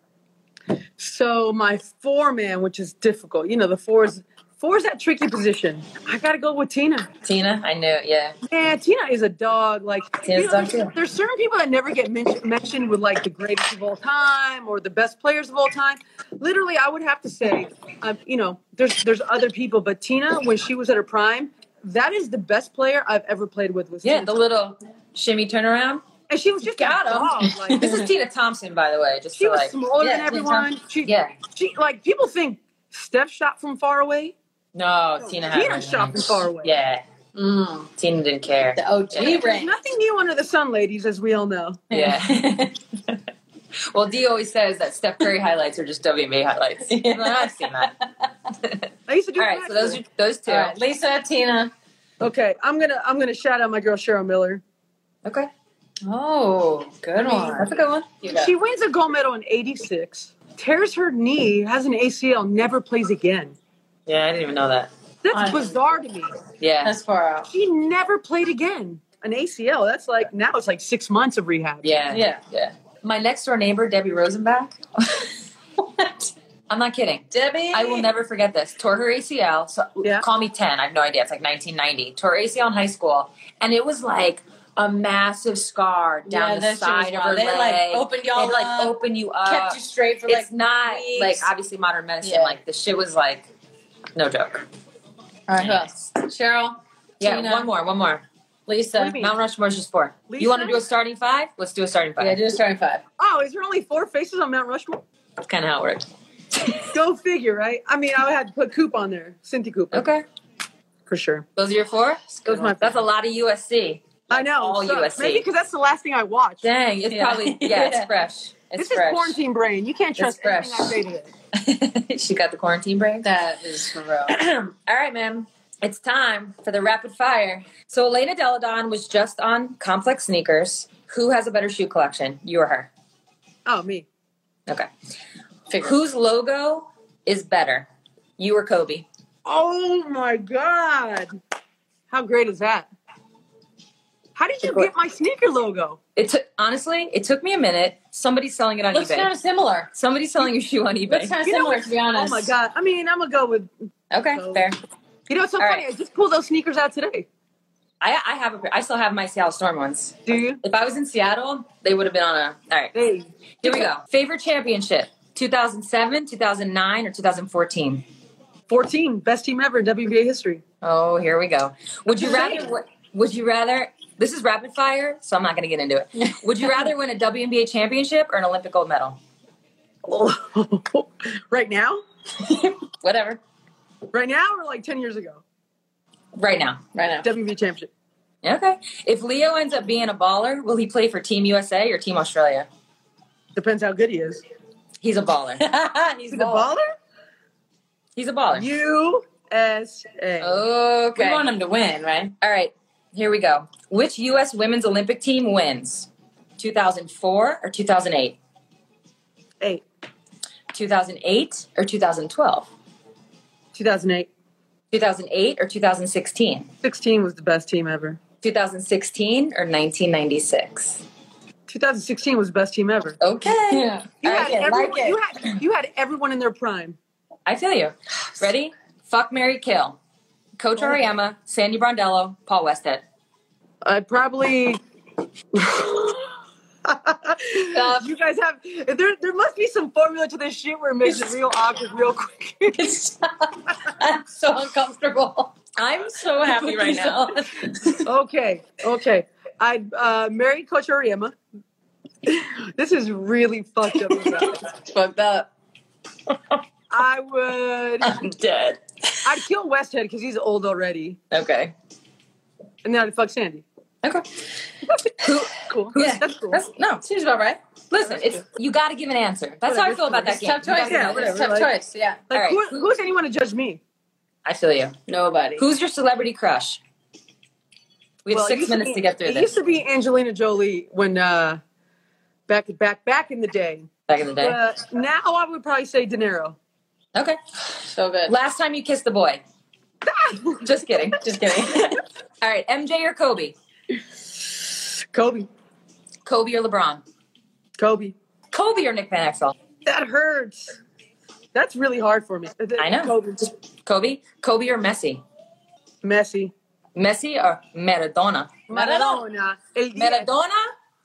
Speaker 5: so my four man, which is difficult, you know, the four is four is that tricky position. I gotta go with Tina.
Speaker 2: Tina, I knew. it, Yeah,
Speaker 5: Man, Tina is a dog. Like
Speaker 2: Tina's
Speaker 5: you know,
Speaker 2: a dog,
Speaker 5: there's,
Speaker 2: too.
Speaker 5: there's certain people that never get men- mentioned with like the greatest of all time or the best players of all time. Literally, I would have to say, um, you know, there's there's other people, but Tina, when she was at her prime, that is the best player I've ever played with. Was
Speaker 2: yeah.
Speaker 5: Tina.
Speaker 2: The little shimmy turnaround.
Speaker 5: and she was just
Speaker 2: Got
Speaker 5: a
Speaker 2: 'em.
Speaker 5: dog. Like,
Speaker 2: This is Tina Thompson, by the way. Just
Speaker 5: she
Speaker 2: for
Speaker 5: was
Speaker 2: like,
Speaker 5: smaller
Speaker 2: Yeah,
Speaker 5: than
Speaker 2: Tina
Speaker 5: everyone. She,
Speaker 2: yeah.
Speaker 5: she like people think Steph shot from far away.
Speaker 2: No, Tina. had
Speaker 5: Tina
Speaker 2: her
Speaker 5: shot
Speaker 2: hands.
Speaker 5: from far away.
Speaker 2: Yeah,
Speaker 1: Mm,
Speaker 2: Tina didn't care.
Speaker 1: the OG
Speaker 2: Yeah.
Speaker 5: There's
Speaker 1: ring.
Speaker 5: nothing new under the sun, ladies, as we all know.
Speaker 2: Yeah. well, Dee always says that Steph Curry highlights are just WNBA highlights. I'm like, I've seen that.
Speaker 5: I used to do.
Speaker 2: All
Speaker 5: that
Speaker 2: right, so those are those two.
Speaker 1: All right, Lisa, Tina.
Speaker 5: Okay, I'm gonna I'm gonna shout out my girl Cheryl Miller.
Speaker 2: Okay,
Speaker 1: Oh, good
Speaker 2: that's a
Speaker 1: one.
Speaker 2: good one.
Speaker 1: Yeah.
Speaker 5: She wins a gold medal in '86, tears her knee, has an ACL, never plays again.
Speaker 2: Yeah, I didn't even know that.
Speaker 5: That's
Speaker 1: I-
Speaker 5: bizarre to me.
Speaker 2: Yeah,
Speaker 1: That's far out.
Speaker 5: She never played again. An ACL. That's like now it's like six months of rehab.
Speaker 2: yeah,
Speaker 1: Yeah.
Speaker 2: yeah. My next door neighbor, Debbie Rosenbach. what? I'm not kidding.
Speaker 1: Debbie.
Speaker 2: I will never forget this. Tore her ACL. So
Speaker 5: Yeah.
Speaker 2: call me ten. I have no idea. It's like 1990. Tore ACL in high school, and it was like a massive scar down
Speaker 1: Yeah, that shit
Speaker 2: the
Speaker 1: was
Speaker 2: side of
Speaker 1: wild. They,
Speaker 2: her
Speaker 1: like,
Speaker 2: leg.
Speaker 1: opened y'all
Speaker 2: They'd, like
Speaker 1: up,
Speaker 2: open you up.
Speaker 1: kept you straight for like.
Speaker 2: it's not
Speaker 1: weeks.
Speaker 2: like obviously modern medicine.
Speaker 1: Yeah.
Speaker 2: Like the shit was like no joke.
Speaker 1: All right, who else? Cheryl,
Speaker 2: Yeah,
Speaker 1: Tina.
Speaker 2: one more, one more.
Speaker 1: Lisa.
Speaker 5: What do you mean?
Speaker 2: Mount Rushmore's just four.
Speaker 5: Lisa?
Speaker 2: You want to do a starting five? Let's do a starting five.
Speaker 1: Yeah, do a starting five.
Speaker 5: Oh, is there only four faces on Mount Rushmore?
Speaker 2: That's kind of how it works.
Speaker 5: Go figure, right? I mean, I had to put Coop on there, Cynthia Cooper,
Speaker 2: Okay,
Speaker 5: for sure.
Speaker 2: those are your four.
Speaker 5: Those are my four.
Speaker 2: That's a lot of USC.
Speaker 5: I know.
Speaker 2: all
Speaker 5: so-
Speaker 2: USC.
Speaker 5: Maybe because that's the last thing I watched.
Speaker 2: Dang, it's
Speaker 1: Yeah.
Speaker 2: probably yeah,
Speaker 1: Yeah.
Speaker 2: it's fresh. It's
Speaker 5: this is quarantine brain. You can't trust
Speaker 2: fresh.
Speaker 5: anything I say today.
Speaker 2: fresh. she got the quarantine break.
Speaker 1: That is for real.
Speaker 2: All right, ma'am. It's time for the rapid fire. So Elena Deladon was just on Complex Sneakers. Who has a better shoe collection? You or her?
Speaker 5: Oh, me.
Speaker 2: Okay.
Speaker 1: Figure.
Speaker 2: Whose logo is better? You or Kobe?
Speaker 5: Oh my god! How great is that? How did you get my sneaker logo?
Speaker 2: It took honestly, it took me a minute. Somebody's selling it on
Speaker 1: Looks
Speaker 2: eBay.
Speaker 1: kind of similar.
Speaker 2: Somebody's selling your shoe on
Speaker 1: Looks
Speaker 2: eBay.
Speaker 1: kind of
Speaker 5: You know
Speaker 1: similar,
Speaker 5: what?
Speaker 1: to be honest.
Speaker 5: Oh my god! I mean, I'm gonna go with.
Speaker 2: Okay, fair.
Speaker 5: You know, it's so
Speaker 2: All
Speaker 5: funny.
Speaker 2: right.
Speaker 5: I just pulled those sneakers out today.
Speaker 2: I, I have a pair. I still have my Seattle Storm ones.
Speaker 5: Do you?
Speaker 2: If I was in Seattle, they would have been on a. All right,
Speaker 5: Hey,
Speaker 2: here we go. Favorite championship: 2007, 2009, or 2014.
Speaker 5: 14, best team ever in WBA history.
Speaker 2: Oh, here we go. Would you rather? Would you rather? This is rapid fire, so I'm not going to get into it. Would you rather win a WNBA championship or an Olympic gold medal?
Speaker 5: right now?
Speaker 2: Whatever.
Speaker 5: Right now, or like 10 years ago?
Speaker 2: Right now.
Speaker 1: Right now.
Speaker 5: WBA championship.
Speaker 2: Okay. If Leo ends up being a baller, will he play for Team USA or Team Australia?
Speaker 5: Depends how good he is.
Speaker 2: He's a baller.
Speaker 5: He's a baller.
Speaker 2: He's a baller.
Speaker 5: USA.
Speaker 2: Oh. Okay.
Speaker 6: We want him to win, right?
Speaker 2: All right, here we go. Which U.S. women's Olympic team wins? 2004 or 2008?
Speaker 5: Eight.
Speaker 2: 2008 or 2012?
Speaker 5: 2008.
Speaker 2: 2008 or 2016?
Speaker 5: 16 was the best team ever.
Speaker 2: 2016 or 1996?
Speaker 5: 2016 was the best team ever.
Speaker 2: Okay.
Speaker 5: You,
Speaker 2: I
Speaker 5: had,
Speaker 2: like
Speaker 5: everyone,
Speaker 2: it.
Speaker 5: you, had, you had everyone in their prime.
Speaker 2: I feel you. Ready? Fuck Mary Kill. Coach
Speaker 5: Oh.
Speaker 2: Ariema, Sandy Brondello, Paul Westhead.
Speaker 5: I probably. you guys have there. There must be some formula to this shit where it makes it real awkward, real quick.
Speaker 6: I'm so uncomfortable.
Speaker 2: I'm so happy right now.
Speaker 5: okay, okay. I uh, married Coach Ariema. this is really fucked up. you guys.
Speaker 6: Fucked up.
Speaker 5: I would.
Speaker 2: I'm dead.
Speaker 5: I'd kill Westhead because he's old already,
Speaker 2: Okay.
Speaker 5: and then I'd fuck Sandy.
Speaker 2: Okay.
Speaker 5: Cool.
Speaker 2: Yeah.
Speaker 5: That's cool.
Speaker 2: That's, no,
Speaker 6: Seems about right.
Speaker 2: Listen, it's you got to give an answer. That's how I feel about that
Speaker 6: It's
Speaker 2: game.
Speaker 6: tough choice.
Speaker 5: Yeah,
Speaker 6: It's
Speaker 5: whatever,
Speaker 6: tough
Speaker 5: like-
Speaker 6: choice. Yeah.
Speaker 5: Like,
Speaker 2: All right.
Speaker 5: who, who's anyone to judge me?
Speaker 2: I feel you.
Speaker 6: Nobody.
Speaker 2: Who's your celebrity crush? We have
Speaker 5: Well, it
Speaker 2: six
Speaker 5: used
Speaker 2: minutes
Speaker 5: be-
Speaker 2: to get through
Speaker 5: It used
Speaker 2: this.
Speaker 5: to be Angelina Jolie when uh, back back back in the day.
Speaker 2: Back in the day.
Speaker 5: But now I would probably say De Niro. uh,
Speaker 2: Okay.
Speaker 6: so good.
Speaker 2: Last time you kissed the boy. Just kidding. Just kidding. All right. MJ or Kobe?
Speaker 5: Kobe.
Speaker 2: Kobe or LeBron?
Speaker 5: Kobe.
Speaker 2: Kobe or Nick Van Exel?
Speaker 5: That hurts. That's really hard for me.
Speaker 2: I know.
Speaker 5: Kobe.
Speaker 2: Kobe? Kobe or Messi?
Speaker 5: Messi.
Speaker 2: Messi or Maradona?
Speaker 5: Maradona. El Diego.
Speaker 2: Maradona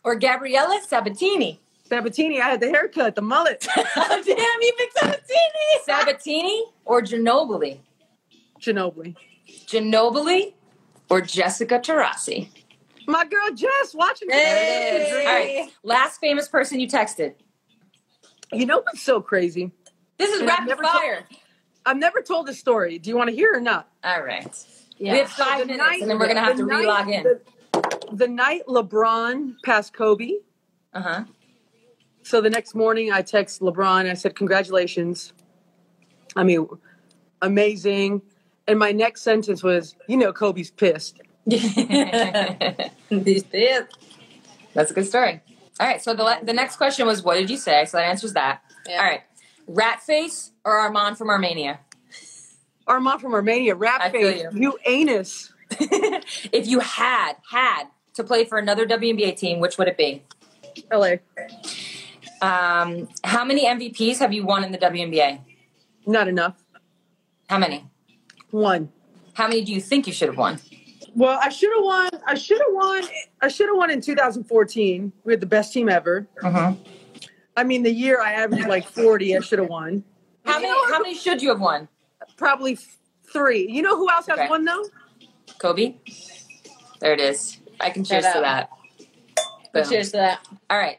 Speaker 2: or Gabriella Sabatini?
Speaker 5: Sabatini. I had the haircut, the mullet.
Speaker 2: Damn, you picked Sabatini. Sabatini or Ginobili?
Speaker 5: Ginobili.
Speaker 2: Ginobili or Jessica Tarasi?
Speaker 5: My girl Jess watching.
Speaker 2: All right. Last famous person you texted.
Speaker 5: You know what's so crazy?
Speaker 2: This is
Speaker 5: And I've
Speaker 2: rapid
Speaker 5: never
Speaker 2: fire.
Speaker 5: I've never told this story. Do you want to hear it or not?
Speaker 2: All right.
Speaker 6: Yeah.
Speaker 2: We have five
Speaker 5: The
Speaker 2: minutes,
Speaker 5: night-
Speaker 2: and then we're gonna have
Speaker 5: the
Speaker 2: to
Speaker 5: night-
Speaker 2: re-log in.
Speaker 5: The, the night LeBron passed Kobe.
Speaker 2: uh huh.
Speaker 5: So the next morning, I text LeBron. I said, "Congratulations." I mean, amazing. And my next sentence was, "You know, Kobe's pissed."
Speaker 6: These days.
Speaker 2: That's a good story. All right. So the le- the next question was, what did you say? So that answers that.
Speaker 6: Yeah.
Speaker 2: All right. Rat face or Armand from Armenia?
Speaker 5: Armand from Armenia, rap
Speaker 2: I feel
Speaker 5: face,
Speaker 2: you.
Speaker 5: you anus.
Speaker 2: if you had had to play for another WNBA team, which would it be?
Speaker 5: LA,
Speaker 2: Um, how many MVPs have you won in the WNBA?
Speaker 5: not enough.
Speaker 2: How many?
Speaker 5: One.
Speaker 2: How many do you think you should have won?
Speaker 5: Well, I should have won. I should have won. I should have won in 2014. We had the best team ever.
Speaker 2: Mhm.
Speaker 5: I mean, the year I averaged like 40, I should have won.
Speaker 2: How many? How many should you have won?
Speaker 5: Probably f- three. You know who else
Speaker 2: Okay.
Speaker 5: has one though?
Speaker 2: Kobe. There it is. I can
Speaker 6: Shout
Speaker 2: cheers to
Speaker 6: out.
Speaker 2: that. Boom.
Speaker 6: Cheers to that.
Speaker 2: All right.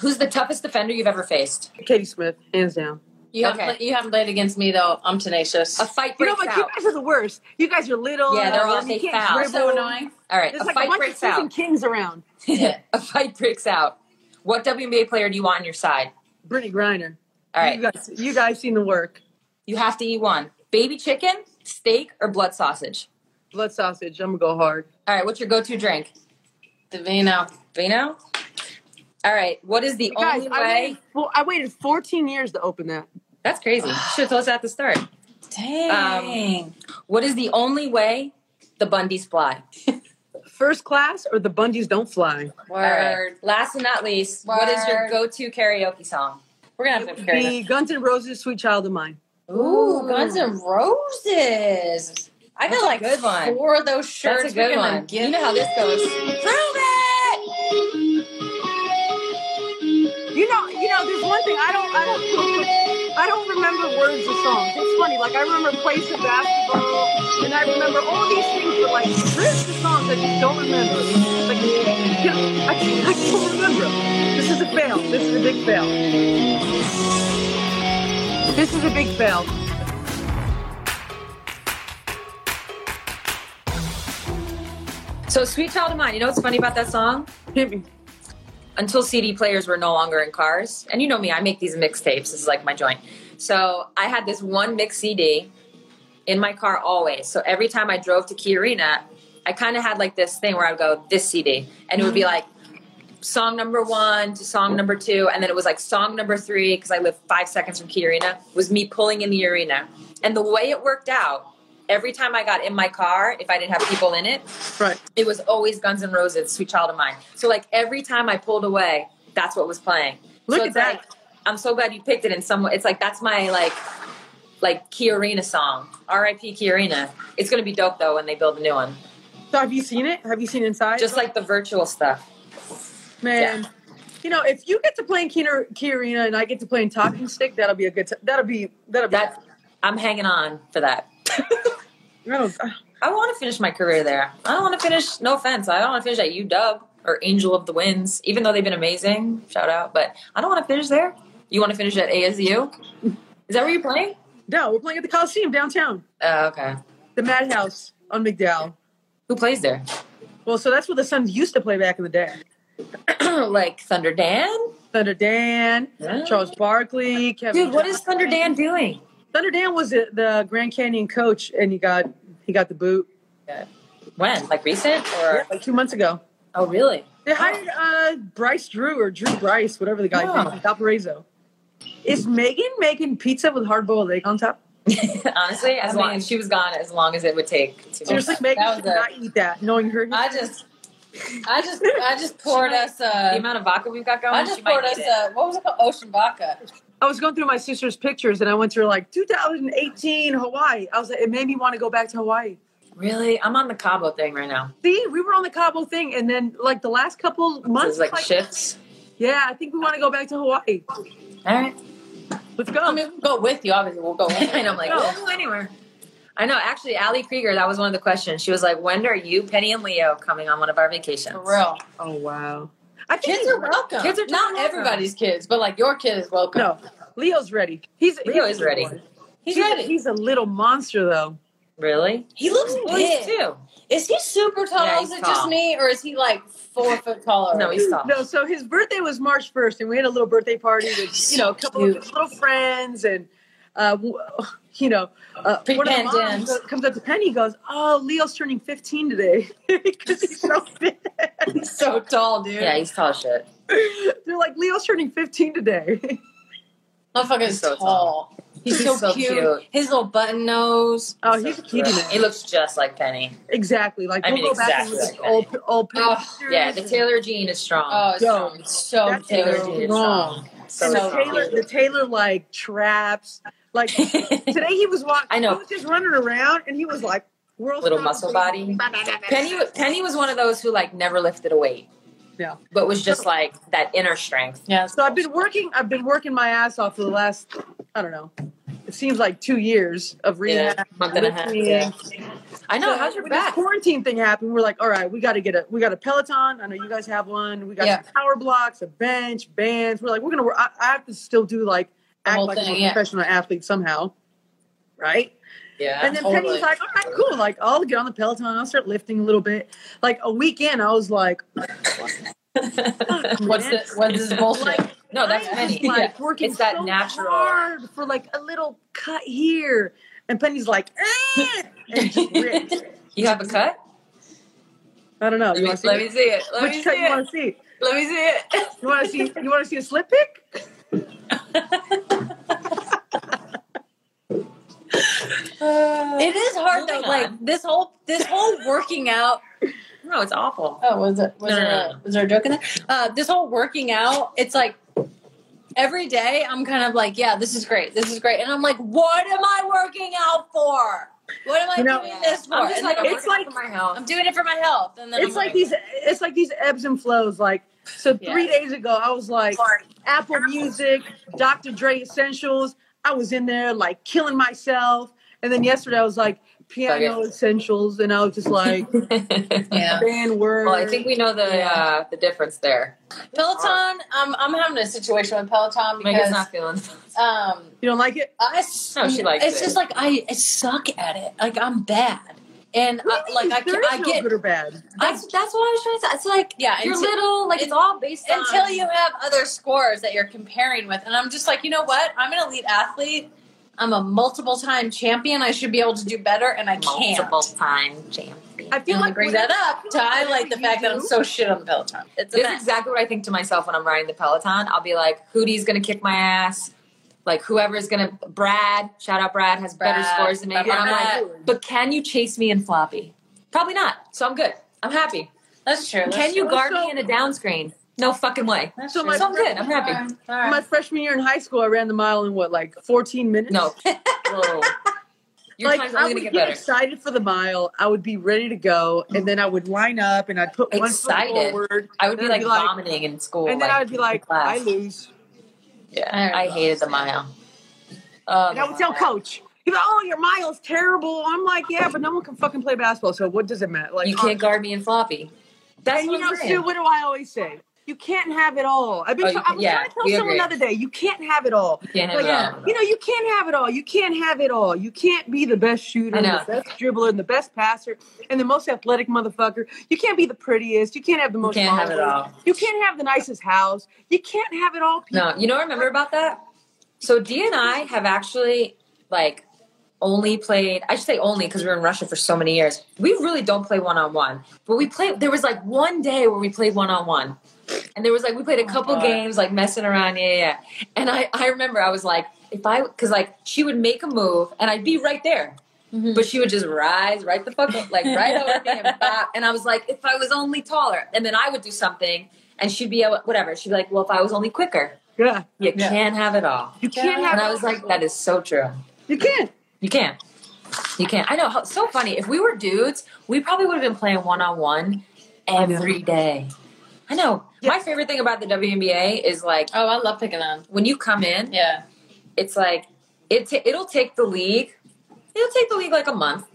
Speaker 2: Who's the toughest defender you've ever faced?
Speaker 5: Katie Smith, hands down.
Speaker 6: You haven't,
Speaker 2: Okay.
Speaker 6: play- you haven't played against me though. I'm tenacious.
Speaker 2: A fight
Speaker 5: You know,
Speaker 2: breaks
Speaker 5: but you
Speaker 2: out.
Speaker 5: guys are the worst. You guys are little. uh,
Speaker 2: Yeah, they're all-
Speaker 5: you
Speaker 2: they
Speaker 5: can't
Speaker 2: foul.
Speaker 5: dribble.
Speaker 6: so annoying.
Speaker 2: All right.
Speaker 5: There's
Speaker 2: A
Speaker 5: like a
Speaker 2: fight
Speaker 5: bunch
Speaker 2: breaks
Speaker 5: of Susan
Speaker 2: out.
Speaker 5: Kings around.
Speaker 6: Yeah.
Speaker 2: A fight breaks out. What WNBA player do you want on your side?
Speaker 5: Brittany Griner.
Speaker 2: All right.
Speaker 5: You guys, you guys seen the work.
Speaker 2: You have to eat one. Baby chicken, steak, or blood sausage?
Speaker 5: Blood sausage. I'm gonna go hard.
Speaker 2: All right. What's your go-to drink?
Speaker 6: The Vino.
Speaker 2: Vino? All right. What is the
Speaker 5: guys,
Speaker 2: only
Speaker 5: I
Speaker 2: way?
Speaker 5: waited, well, I waited 14 years to open that.
Speaker 2: That's crazy. Should have told us at the start.
Speaker 6: Um, Dang.
Speaker 2: What is the only way the Bundys fly?
Speaker 5: First class or the Bundys don't fly.
Speaker 6: Word.
Speaker 2: All right. Last but not least, what is your
Speaker 6: Word.
Speaker 2: go-to karaoke song?
Speaker 6: We're gonna have to figure
Speaker 5: The Guns N' Roses, Sweet Child of Mine.
Speaker 6: it out. Ooh, Guns and Roses. I
Speaker 2: That's
Speaker 6: got
Speaker 2: a
Speaker 6: like
Speaker 2: good one.
Speaker 6: four of those
Speaker 2: That's
Speaker 6: shirts.
Speaker 2: a
Speaker 6: We're
Speaker 2: good
Speaker 6: gonna
Speaker 2: one.
Speaker 6: Get
Speaker 2: You know how this goes.
Speaker 6: Prove it.
Speaker 5: You know, you know. There's one thing I don't, I don't, I don't remember words of songs. It's funny. Like I remember plays of basketball, and I remember all these things, but like words of songs, I just don't remember. Like you know, I, can't- I don't remember. This is a fail. This is a big fail. This is a big fail.
Speaker 2: So, Sweet Child of Mine, you know what's funny about that song?
Speaker 5: Hit me.
Speaker 2: Until CD players were no longer in cars, and you know me, I make these mixtapes. This is like my joint. So I had this one mix CD in my car always. So every time I drove to Key Arena, I kind of had like this thing where I'd go this CD, and it would
Speaker 5: Mm-hmm.
Speaker 2: be like song number one to song number two, and then it was like song number three because I lived five seconds from Key Arena. Was me pulling in the arena, and the way it worked out. Every time I got in my car, if I didn't have people in it,
Speaker 5: Right.
Speaker 2: it was always Guns N' Roses, Sweet Child of Mine. So like every time I pulled away, that's what was playing.
Speaker 5: Look
Speaker 2: so
Speaker 5: at
Speaker 2: it's
Speaker 5: that.
Speaker 2: Like, I'm so glad you picked it in some way. It's like that's my like like Key Arena song. R.I.P. Key Arena. It's gonna be dope though when they build a new one.
Speaker 5: So have you seen it? Have you seen Inside?
Speaker 2: Just like the virtual stuff.
Speaker 5: man. You know, if you get to play in Key, Key Arena and I get to play in Talking Stick, that'll be a good. T- that'll be that'll be.
Speaker 2: That I'm hanging on for that.
Speaker 5: I don't- uh,
Speaker 2: I want to finish my career there. I don't want to finish. No offense. I don't want to finish at UW or Angel of the Winds, even though they've been amazing. Shout out, but I don't want to finish there. You want to finish at ASU? Is that where you're playing?
Speaker 5: no, we're playing at the Coliseum downtown,
Speaker 2: Uh, okay.
Speaker 5: the Madhouse on McDowell.
Speaker 2: Who plays there?
Speaker 5: Well, so that's where the Suns used to play back in the day.
Speaker 2: like Thunder Dan?
Speaker 5: Thunder Dan,
Speaker 2: Yeah.
Speaker 5: Charles Barkley, Kevin.
Speaker 2: Oh. Dude, what is Thunder Dan doing?
Speaker 5: Thunder Dan was the, the Grand Canyon coach, and he got he got the boot
Speaker 2: When? Like recent? Or
Speaker 5: like two months ago.
Speaker 2: oh, really?
Speaker 5: They hired
Speaker 1: Oh.
Speaker 5: uh, Bryce Drew or Drew Bryce, whatever the guy
Speaker 2: Wow.
Speaker 5: is, Valparaiso. Is Megan making pizza with hard boiled egg on
Speaker 1: Oh,
Speaker 5: top?
Speaker 2: Honestly, as
Speaker 1: I
Speaker 2: long
Speaker 1: mean-
Speaker 2: as she was gone, as long as it would take. To
Speaker 5: Seriously, Megan
Speaker 1: that
Speaker 5: should
Speaker 1: was
Speaker 5: not eat that, knowing her.
Speaker 1: I just, I just, I just poured us
Speaker 2: the
Speaker 1: a.
Speaker 2: amount of vodka we've got going,
Speaker 1: I
Speaker 2: she
Speaker 1: just
Speaker 2: might
Speaker 1: poured
Speaker 2: need
Speaker 1: us
Speaker 2: it.
Speaker 1: a. What was it called? Ocean vodka.
Speaker 5: I was going through my sister's pictures, and I went through like 2018 Hawaii. I was like, it made me want to go back to Hawaii.
Speaker 2: Really, I'm on the Cabo thing right now.
Speaker 5: See, we were on the Cabo thing, and then like the last couple
Speaker 2: So
Speaker 5: months,
Speaker 2: it's like,
Speaker 5: like,
Speaker 2: shifts.
Speaker 5: yeah, I think we want to go back to Hawaii.
Speaker 2: All right.
Speaker 5: Let's go.
Speaker 1: I mean, we'll go with you. Obviously, we'll go. With you.
Speaker 2: and I'm like,
Speaker 5: No.
Speaker 2: we'll go anywhere. I know. Actually, Allie Krieger, that was one of the questions. She was like, "When are you, Penny, and Leo coming on one of our vacations?"
Speaker 1: for real.
Speaker 5: oh wow! I
Speaker 1: Kids
Speaker 5: think he's
Speaker 1: are
Speaker 5: ready.
Speaker 1: welcome.
Speaker 2: Kids are
Speaker 1: not
Speaker 2: totally welcome.
Speaker 1: everybody's kids, but like your kid is welcome.
Speaker 5: No, Leo's ready. He's
Speaker 2: Leo
Speaker 5: he's
Speaker 2: is ready.
Speaker 1: he's
Speaker 5: he's,
Speaker 1: ready.
Speaker 5: he's a little monster though.
Speaker 2: Really?
Speaker 1: he looks
Speaker 2: Well, he's
Speaker 1: big.
Speaker 2: two.
Speaker 1: Is he super tall?
Speaker 2: Yeah,
Speaker 1: is
Speaker 2: he's
Speaker 1: it
Speaker 2: tall.
Speaker 1: just me, or is he like four foot taller?
Speaker 2: No, he's tall.
Speaker 5: No, so his birthday was March first, and we had a little birthday party with you know a couple of
Speaker 1: Cute.
Speaker 5: his little friends and. Uh, w- you know, uh, one of the moms
Speaker 1: Pre-pandemic.
Speaker 5: go- comes up to Penny, goes, "Oh, Leo's turning 15 today because he's so big."
Speaker 1: he's so tall, dude.
Speaker 2: Yeah, he's tall as shit.
Speaker 5: They're like, "Leo's turning 15 today."
Speaker 1: Motherfucker is
Speaker 2: He's so
Speaker 1: tall. He's,
Speaker 2: He's
Speaker 1: so,
Speaker 2: so
Speaker 1: cute.
Speaker 2: cute.
Speaker 1: His little button nose.
Speaker 5: oh, he's a cutie. man.
Speaker 2: He looks just like Penny.
Speaker 5: Exactly. Like
Speaker 2: I
Speaker 5: we'll
Speaker 2: mean,
Speaker 5: go
Speaker 2: exactly
Speaker 5: back and
Speaker 2: like
Speaker 5: look at old, old
Speaker 1: Oh,
Speaker 5: pictures.
Speaker 2: Yeah, the Taylor Jean is strong.
Speaker 1: Oh, it's
Speaker 5: Yo,
Speaker 1: so, so
Speaker 5: that's
Speaker 1: Taylor
Speaker 5: so
Speaker 1: Jean.
Speaker 5: wrong.
Speaker 2: so
Speaker 5: and the
Speaker 1: so
Speaker 5: Taylor, the Taylor like traps. Like
Speaker 2: strong.
Speaker 5: today he was walking.
Speaker 2: I know.
Speaker 5: He was just running around, and he was like, "World
Speaker 2: Little
Speaker 5: star
Speaker 2: muscle
Speaker 5: baby."
Speaker 2: body. Penny Penny was one of those who like never lifted a weight.
Speaker 5: Yeah.
Speaker 2: But was just like that inner strength.
Speaker 1: Yeah.
Speaker 5: So I've been working. I've been working my ass off for the last, I don't know. It seems like two years of rehab.
Speaker 2: Yeah, month and a half, yeah. I know.
Speaker 5: So
Speaker 2: how's your
Speaker 5: when this
Speaker 2: back?
Speaker 5: quarantine thing happened, we're like, all right, we got to get a we got a Peloton. I know you guys have one. We got
Speaker 1: Yeah.
Speaker 5: some power blocks, a bench, bands. We're like, we're gonna. work. I, I have to still do like
Speaker 1: The
Speaker 5: act
Speaker 1: whole
Speaker 5: like I'm
Speaker 1: thing,
Speaker 5: a
Speaker 1: yeah.
Speaker 5: professional athlete somehow, right?
Speaker 2: Yeah.
Speaker 5: and then Penny
Speaker 1: totally.
Speaker 5: was like, all right, cool. Like, I'll get on the Peloton. I'll start lifting a little bit. Like, a weekend, I was like, oh,
Speaker 1: What's
Speaker 5: man.
Speaker 1: this? What's this bullshit?
Speaker 5: Like,
Speaker 2: no, that's
Speaker 5: I was,
Speaker 2: Penny.
Speaker 5: Like, working
Speaker 2: It's that
Speaker 5: so
Speaker 2: natural.
Speaker 5: hard for like a little cut here. And Penny's like, eh, and just ripped.
Speaker 2: You have a cut?
Speaker 5: I don't know.
Speaker 2: Let
Speaker 5: You
Speaker 2: me,
Speaker 5: want to see?
Speaker 2: let
Speaker 5: it?
Speaker 2: me see it. Let me
Speaker 5: Which
Speaker 2: see
Speaker 5: cut you
Speaker 2: it.
Speaker 5: want to see?
Speaker 2: Let me see it.
Speaker 5: You want to see? You want to see a slip pick?
Speaker 1: It is hard
Speaker 2: Moving
Speaker 1: though.
Speaker 2: on.
Speaker 1: Like this whole this whole working out.
Speaker 2: No, it's awful.
Speaker 1: Oh, was it was
Speaker 2: No,
Speaker 1: there
Speaker 2: no,
Speaker 1: a, was there a joke in there? Uh, this whole working out. It's like every day I'm kind of like, yeah, this is great, this is great, and I'm like, what am I working out for? What am I
Speaker 5: You know,
Speaker 1: doing this for?
Speaker 2: I'm just
Speaker 1: And
Speaker 2: like,
Speaker 1: then
Speaker 2: I'm
Speaker 1: I'm,
Speaker 5: it's
Speaker 2: working
Speaker 5: like-
Speaker 2: for my health.
Speaker 1: I'm doing it for my health, and then
Speaker 5: It's
Speaker 1: I'm
Speaker 5: like these. It's like these ebbs and flows. Like so, three days ago, I was like Apple Music, Dr. Dre Essentials. I was in there like killing myself. And then yesterday, I was like Piano
Speaker 2: Okay.
Speaker 5: Essentials, and I was just like
Speaker 1: yeah.
Speaker 5: band word.
Speaker 2: well, I think we know the uh, the difference there.
Speaker 1: Peloton. I'm I'm having a situation with Peloton because
Speaker 2: Megan's not feeling.
Speaker 1: um
Speaker 5: you don't like it.
Speaker 1: I
Speaker 6: Mm,
Speaker 2: No, Oh, she likes
Speaker 1: it's
Speaker 2: it.
Speaker 1: just like I, I suck at it. Like I'm bad.
Speaker 6: And uh, like I,
Speaker 5: there is
Speaker 6: ca- I
Speaker 5: no
Speaker 6: get
Speaker 5: good or bad.
Speaker 6: that's that's what I was trying to say. It's like
Speaker 1: Yeah,
Speaker 6: you're
Speaker 1: until-
Speaker 6: little, like it's, all based on
Speaker 1: until you have other scores that you're comparing with. And I'm just like, you know what? I'm an elite athlete. I'm a multiple time champion. I should be able to do better, and I can't.
Speaker 2: multiple time champion.
Speaker 5: I feel
Speaker 1: I only
Speaker 5: like
Speaker 1: bring
Speaker 5: when
Speaker 1: that up to highlight the
Speaker 5: you
Speaker 1: fact that I'm
Speaker 5: do-
Speaker 1: so shit on the Peloton. It's a
Speaker 2: This
Speaker 1: mess.
Speaker 2: is exactly what I think to myself when I'm riding the Peloton. I'll be like, Hootie's gonna kick my ass. Like whoever's gonna Brad, shout out Brad has better
Speaker 1: Brad,
Speaker 2: scores than me. And I'm
Speaker 1: Brad.
Speaker 2: like, but can you chase me in floppy? Probably not. So I'm good. I'm happy.
Speaker 1: That's true. That's
Speaker 2: Can you
Speaker 1: true.
Speaker 2: guard me in a down screen? No fucking way.
Speaker 1: That's
Speaker 5: So
Speaker 1: true.
Speaker 5: my-
Speaker 2: So I'm good. I'm
Speaker 1: All
Speaker 2: happy.
Speaker 1: right, all right.
Speaker 5: My freshman year in high school, I ran the mile in what, like 14 minutes?
Speaker 2: No. Whoa. Your
Speaker 5: like,
Speaker 2: time's
Speaker 5: I
Speaker 2: only gonna
Speaker 5: would
Speaker 2: get
Speaker 5: get,
Speaker 2: better.
Speaker 5: excited for the mile. I would be ready to go, and then I would line up and I'd put
Speaker 2: Excited. Oh
Speaker 5: one foot forward,
Speaker 2: I would be
Speaker 5: Then
Speaker 2: like,
Speaker 5: I'd be like-
Speaker 2: vomiting in school.
Speaker 5: and then I would be like,
Speaker 2: class.
Speaker 5: I lose.
Speaker 2: yeah,
Speaker 1: I
Speaker 2: I hated the mile. Oh,
Speaker 5: And I would
Speaker 2: my
Speaker 5: tell
Speaker 2: God.
Speaker 5: coach, he'd be like, "Oh, your mile's terrible." I'm like, "Yeah, but no one can fucking play basketball, so what does it matter?" Like, uh,
Speaker 2: you can't guard me in floppy. That's
Speaker 5: and
Speaker 2: what
Speaker 5: you know,
Speaker 2: I'm saying.
Speaker 5: Sue, what do I always say? You can't have it all. I've been.
Speaker 2: Oh, you
Speaker 5: try- I
Speaker 2: can-
Speaker 5: was
Speaker 2: yeah,
Speaker 5: trying to tell
Speaker 2: we
Speaker 5: someone
Speaker 2: agree.
Speaker 5: the other day, you can't have it all.
Speaker 2: You can't have
Speaker 5: Like,
Speaker 2: it all.
Speaker 5: you know, you can't have it all. You can't have it all. You can't be the best shooter,
Speaker 2: I
Speaker 5: and
Speaker 2: know.
Speaker 5: the best dribbler, and the best passer, and the most athletic motherfucker. You can't be the prettiest. You can't have the
Speaker 2: You
Speaker 5: most.
Speaker 2: can't have it
Speaker 5: followers.
Speaker 2: all.
Speaker 5: You can't have the nicest house. You can't have it all. People.
Speaker 2: No, you know what I remember about that? So D and I have actually like only played I should say only because we were in Russia for so many years. We really don't play one on one. But we played there was like one day where we played one on one. And there was like we played a couple games like messing around, yeah, yeah. yeah. And I, I remember I was like, if I cause like she would make a move and I'd be right there. But she would just rise right the fuck up, like right over me and bop. And I was like, if I was only taller, and then I would do something, and she'd be able, whatever. She'd be like, well, if I was only quicker,
Speaker 5: Yeah,
Speaker 2: you
Speaker 5: Yeah.
Speaker 2: can't have it all.
Speaker 5: you can't have.
Speaker 2: And
Speaker 5: it
Speaker 2: I
Speaker 5: all.
Speaker 2: was like, that is so true.
Speaker 5: you can't.
Speaker 2: You can't. You can't. I know. how- So funny. If we were dudes, we probably would have been playing one on one every day. I know. My favorite thing about the WNBA is like
Speaker 1: Oh, I love picking on.
Speaker 2: when you come in,
Speaker 1: Yeah.
Speaker 2: it's like it. ta- it'll take the league. It'll take the league like a month.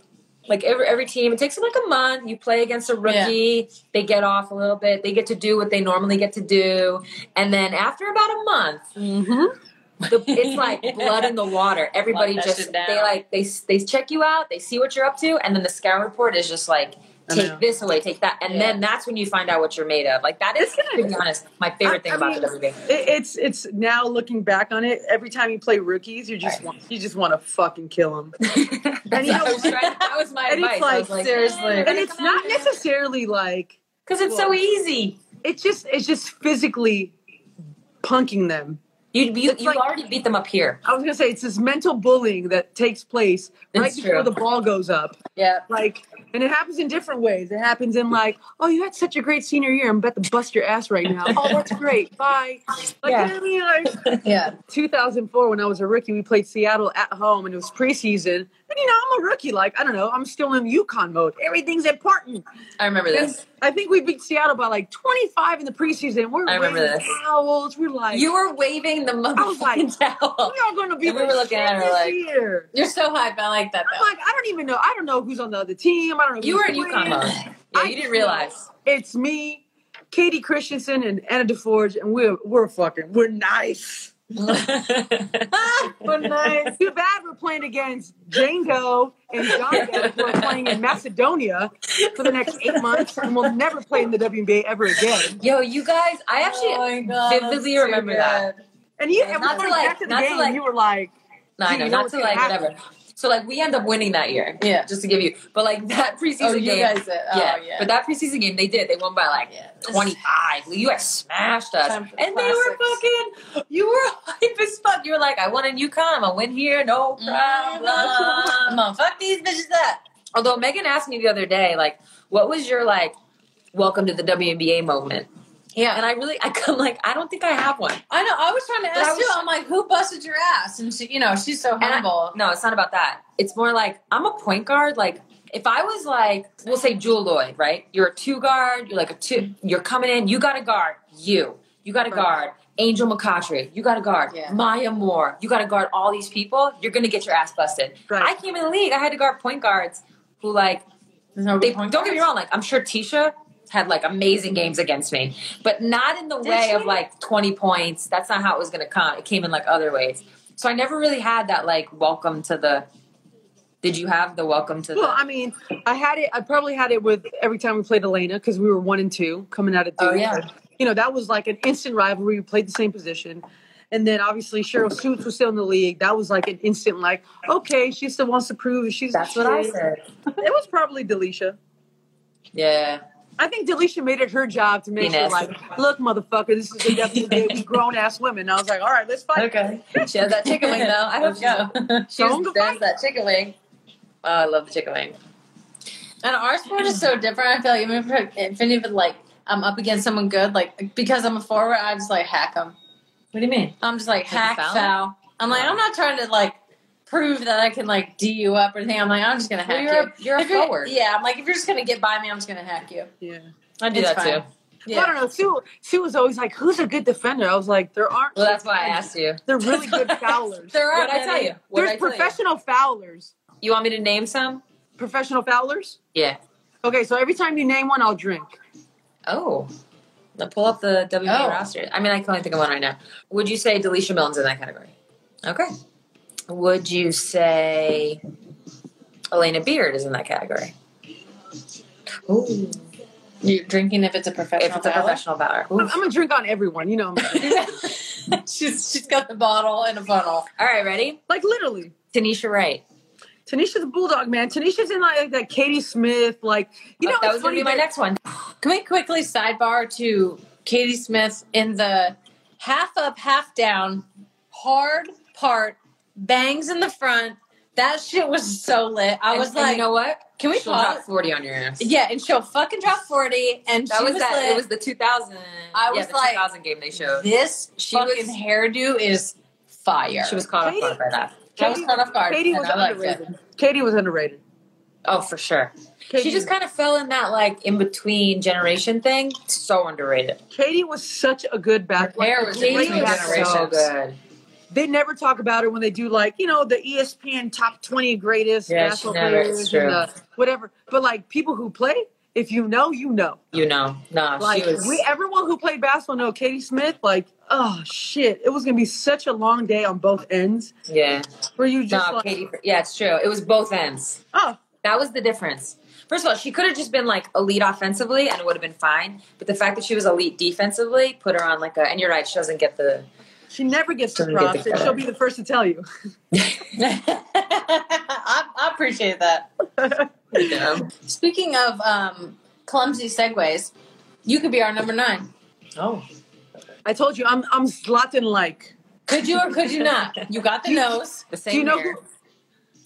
Speaker 2: Like every every team, it takes them like a month. You play against a rookie. They get off a little bit. They get to do what they normally get to do, and then after about a month,
Speaker 5: Mm-hmm.
Speaker 2: the, it's like blood in the water. Everybody
Speaker 1: Lock that
Speaker 2: just
Speaker 1: shit down.
Speaker 2: they like they they check you out, they see what you're up to, and then the scout report is just like
Speaker 5: I know.
Speaker 2: take this away, take that, and
Speaker 1: Yeah.
Speaker 2: then that's when you find out what you're made of. Like that is, to be honest, my favorite thing
Speaker 5: I- I
Speaker 2: about
Speaker 5: mean-
Speaker 2: the WNBA.
Speaker 5: It, it's it's now looking back on it. Every time you play rookies, you just want you just want to fucking kill them.
Speaker 2: That's
Speaker 5: you
Speaker 2: what I
Speaker 5: know-
Speaker 2: was trying- that was my
Speaker 5: And it's
Speaker 2: advice. I was
Speaker 5: like,
Speaker 2: like,
Speaker 1: seriously.
Speaker 5: and it's not necessarily like
Speaker 2: because it's so easy.
Speaker 5: it's just it's just physically punking them.
Speaker 2: You you,
Speaker 5: It's
Speaker 2: you
Speaker 5: like-
Speaker 2: already beat them up here.
Speaker 5: I was gonna say it's this mental bullying that takes place right
Speaker 2: It's
Speaker 5: before
Speaker 2: true.
Speaker 5: the ball goes up.
Speaker 1: Yeah.
Speaker 5: Like, and it happens in different ways. It happens in like, oh, you had such a great senior year. I'm about to bust your ass right now. oh, that's great. Bye. Like,
Speaker 2: Yeah.
Speaker 5: you know what I mean? Like,
Speaker 1: Yeah.
Speaker 5: 2004 when I was a rookie, we played Seattle at home and it was preseason. And you know, I'm a rookie. Like, I don't know, I'm still in Yukon mode. Everything's important.
Speaker 2: I remember this.
Speaker 5: I think we beat Seattle by like 25 in the preseason. We're
Speaker 2: I remember
Speaker 5: waving
Speaker 2: this.
Speaker 5: towels. We're like,
Speaker 2: You were waving the
Speaker 5: was like-
Speaker 2: motherfucking towel.
Speaker 5: we are going to be
Speaker 2: And we
Speaker 5: the
Speaker 2: were looking
Speaker 5: shit
Speaker 2: at her
Speaker 5: this
Speaker 2: like-
Speaker 5: year.
Speaker 1: You're so hype. I like that
Speaker 5: I'm
Speaker 1: though.
Speaker 5: like, I don't even know. I don't know who's on the other team. I don't know.
Speaker 2: You were
Speaker 5: who's
Speaker 2: in
Speaker 5: playing.
Speaker 2: UConn mode. Yeah,
Speaker 5: I
Speaker 2: you didn't
Speaker 5: just
Speaker 2: realize.
Speaker 5: It's me, Katie Christensen, and Anna DeForge, and we're we're fucking we're nice. We're nice. Too bad we're playing against Django and Dongo, who are playing in Macedonia for the next eight months, and we'll never play in the WNBA ever again.
Speaker 2: Yo, you guys, I actually
Speaker 1: Oh my God,
Speaker 2: vividly
Speaker 1: that's too
Speaker 2: remember
Speaker 1: good.
Speaker 2: that.
Speaker 5: And you,
Speaker 2: Not
Speaker 5: and
Speaker 2: to
Speaker 5: when we
Speaker 2: like-
Speaker 5: got to the
Speaker 2: not to
Speaker 5: game,
Speaker 2: like-
Speaker 5: you were like,
Speaker 2: No, I
Speaker 5: Dude,
Speaker 2: know,
Speaker 5: you know
Speaker 2: not
Speaker 5: what's
Speaker 2: to
Speaker 5: gonna
Speaker 2: like
Speaker 5: happen.
Speaker 2: whatever. So like we end up winning that year.
Speaker 1: Yeah.
Speaker 2: Just to give you, but like that preseason
Speaker 1: Oh, you
Speaker 2: game.
Speaker 1: guys did. Oh,
Speaker 2: yeah.
Speaker 1: yeah.
Speaker 2: But that preseason game, they did. They won by like
Speaker 1: Yeah.
Speaker 2: 25. You guys smashed us.
Speaker 1: Time
Speaker 2: And
Speaker 1: for the
Speaker 2: they were
Speaker 1: classics.
Speaker 2: fucking, you were hype as fuck. You were like, I won in UConn. I win here. No problem.
Speaker 1: Come on, fuck these bitches up.
Speaker 2: Although Megan asked me the other day, like, what was your like, welcome to the WNBA moment?
Speaker 1: Yeah.
Speaker 2: And I really, I come like, I don't think I have one.
Speaker 1: I know. I was trying to
Speaker 2: But I
Speaker 1: ask
Speaker 2: was-
Speaker 1: too. I'm like, who busted your ass? And she, you know, she's so
Speaker 2: I-
Speaker 1: humble.
Speaker 2: No, it's not about that. It's more like I'm a point guard. Like if I was like, we'll say Jewel Lloyd, right? You're a two guard. You're like a two. You're coming in. You got to guard you. You got to guard Angel McCautry. You got to guard
Speaker 1: Yeah.
Speaker 2: Maya Moore. You got to guard all these people. You're gonna get your ass busted.
Speaker 5: Right.
Speaker 2: I came in the league. I had to guard point guards who like
Speaker 1: There's no
Speaker 2: they,
Speaker 1: point
Speaker 2: don't get me
Speaker 1: guards.
Speaker 2: wrong. Like I'm sure Tisha had like amazing games against me, but not in the way
Speaker 1: she?
Speaker 2: of like 20 points. That's not how it was going to come. It came in like other ways. So I never really had that like welcome to the Did you have the welcome to
Speaker 5: Well,
Speaker 2: the
Speaker 5: I mean, I had it. I probably had it with every time we played Elena because we were one and two coming out of.
Speaker 6: Oh,
Speaker 5: Duke.
Speaker 6: yeah.
Speaker 5: You know that was like an instant rivalry. We played the same position, and then obviously Cheryl Suits was still in the league. That was like an instant, like okay, she still wants to prove she's.
Speaker 2: That's what I said.
Speaker 5: It was probably Delisha.
Speaker 2: Yeah.
Speaker 5: I think Delisha made it her job to make sure,
Speaker 2: Venus.
Speaker 5: like, look, motherfucker, this is the definite day. We grown ass women. And E I was like, all right, let's fight.
Speaker 6: Okay.
Speaker 2: She has that chicken wing though. I hope
Speaker 6: Let's
Speaker 2: so.
Speaker 6: go. She
Speaker 5: Don't
Speaker 6: just
Speaker 5: go
Speaker 6: does that chicken wing. Oh, I love the chicken wing. And our sport is so different. I feel like even if, if any of it, like I'm up against someone good, like because I'm a forward, I just like hack them.
Speaker 2: What do you mean?
Speaker 6: I'm just like
Speaker 2: Like a
Speaker 6: hack
Speaker 2: foul?
Speaker 6: foul. I'm like I'm not trying to like prove that I can like d you up or anything. I'm like I'm just gonna hack
Speaker 2: Well, you're a-
Speaker 6: you.
Speaker 2: you're a
Speaker 6: If you're-
Speaker 2: forward.
Speaker 6: Yeah, I'm like if you're just gonna get by me, I'm just gonna hack you.
Speaker 5: Yeah.
Speaker 2: I do
Speaker 6: It's
Speaker 2: that
Speaker 6: fine.
Speaker 2: too.
Speaker 5: I don't know. Sue, Sue was always like, who's a good defender? I was like, there aren't.
Speaker 2: Well, that's why I asked you.
Speaker 5: They're really good foulers.
Speaker 6: There are.
Speaker 2: What I tell you? What
Speaker 5: There's
Speaker 2: I tell you?
Speaker 5: professional foulers.
Speaker 2: You want me to name some?
Speaker 5: Professional foulers?
Speaker 2: Yeah.
Speaker 5: Okay, so every time you name one, I'll drink.
Speaker 2: Oh. Now pull up the WNBA
Speaker 6: Oh.
Speaker 2: roster. I mean, I can only think of one right now. Would you say Delisha Milton's in that category? Okay. Would you say Elena Beard is in that category? Ooh.
Speaker 6: You're drinking if it's a professional.
Speaker 2: If it's a
Speaker 6: fouler?
Speaker 2: professional bowler.
Speaker 5: I'm, I'm gonna drink on everyone, you know.
Speaker 6: she's she's got the bottle and a funnel.
Speaker 2: All right, ready?
Speaker 5: like literally.
Speaker 2: Tanisha Wright.
Speaker 5: Tanisha's a bulldog, man. Tanisha's in like that Katie Smith, like you know.
Speaker 2: Oh, that
Speaker 5: it's
Speaker 2: was going to be
Speaker 5: funny
Speaker 2: my
Speaker 5: that-
Speaker 2: next one.
Speaker 6: Can we quickly sidebar to Katie Smith in the half up, half down, hard part, bangs in the front? That shit was so lit. I was
Speaker 2: And- and
Speaker 6: like,
Speaker 2: you know what?
Speaker 6: can we
Speaker 2: She'll
Speaker 6: pause?
Speaker 2: drop 40 on your ass.
Speaker 6: Yeah, and she'll fucking drop forty, and
Speaker 2: That
Speaker 6: she
Speaker 2: was,
Speaker 6: was,
Speaker 2: that.
Speaker 6: lit.
Speaker 2: It was the 2000.
Speaker 6: I
Speaker 2: yeah,
Speaker 6: was
Speaker 2: the
Speaker 6: like-
Speaker 2: 2000 game they showed.
Speaker 6: this
Speaker 2: She
Speaker 6: fucking
Speaker 2: was-
Speaker 6: hairdo is fire.
Speaker 2: She was caught off guard by that.
Speaker 6: I was caught off guard.
Speaker 5: Katie
Speaker 6: and
Speaker 5: was
Speaker 6: I liked it.
Speaker 5: underrated. Katie was underrated.
Speaker 2: Oh, for sure.
Speaker 5: Katie,
Speaker 2: She just kind of fell in that like in between generation thing. So underrated.
Speaker 5: Katie was such a good back.
Speaker 6: hair was
Speaker 5: Katie
Speaker 6: between
Speaker 5: was
Speaker 6: generations.
Speaker 2: so good.
Speaker 5: They never talk about her when they do like you know the E ESPN top twenty greatest
Speaker 2: Yeah,
Speaker 5: national
Speaker 2: she never-
Speaker 5: players
Speaker 2: it's
Speaker 5: and
Speaker 2: true.
Speaker 5: uh, whatever. But like people who play, if you know, you know.
Speaker 2: You know, no,
Speaker 5: Like
Speaker 2: she was.
Speaker 5: we, everyone who played basketball know Katie Smith. Like oh shit, it was gonna be such a long day on both ends.
Speaker 2: yeah,
Speaker 5: Where you just
Speaker 2: no,
Speaker 5: like
Speaker 2: Katie. Yeah, it's true. It was both ends.
Speaker 5: oh
Speaker 2: That was the difference. First of all, she could have just been like elite offensively, and it would have been fine. But the fact that she was elite defensively put her on like a. And you're right, she doesn't get the.
Speaker 5: She never gets the
Speaker 2: Doesn't get
Speaker 5: props,
Speaker 2: the
Speaker 5: and she'll
Speaker 2: credit.
Speaker 5: be the first to tell you.
Speaker 6: I, I appreciate that.
Speaker 2: You know?
Speaker 6: Speaking of um, clumsy segues, you could be our number nine.
Speaker 2: Oh,
Speaker 5: I told you, I'm I'm Zlatan like.
Speaker 6: Could you or could you not? You got the nose.
Speaker 2: the
Speaker 5: Do
Speaker 2: same
Speaker 5: you know
Speaker 2: here.
Speaker 5: who?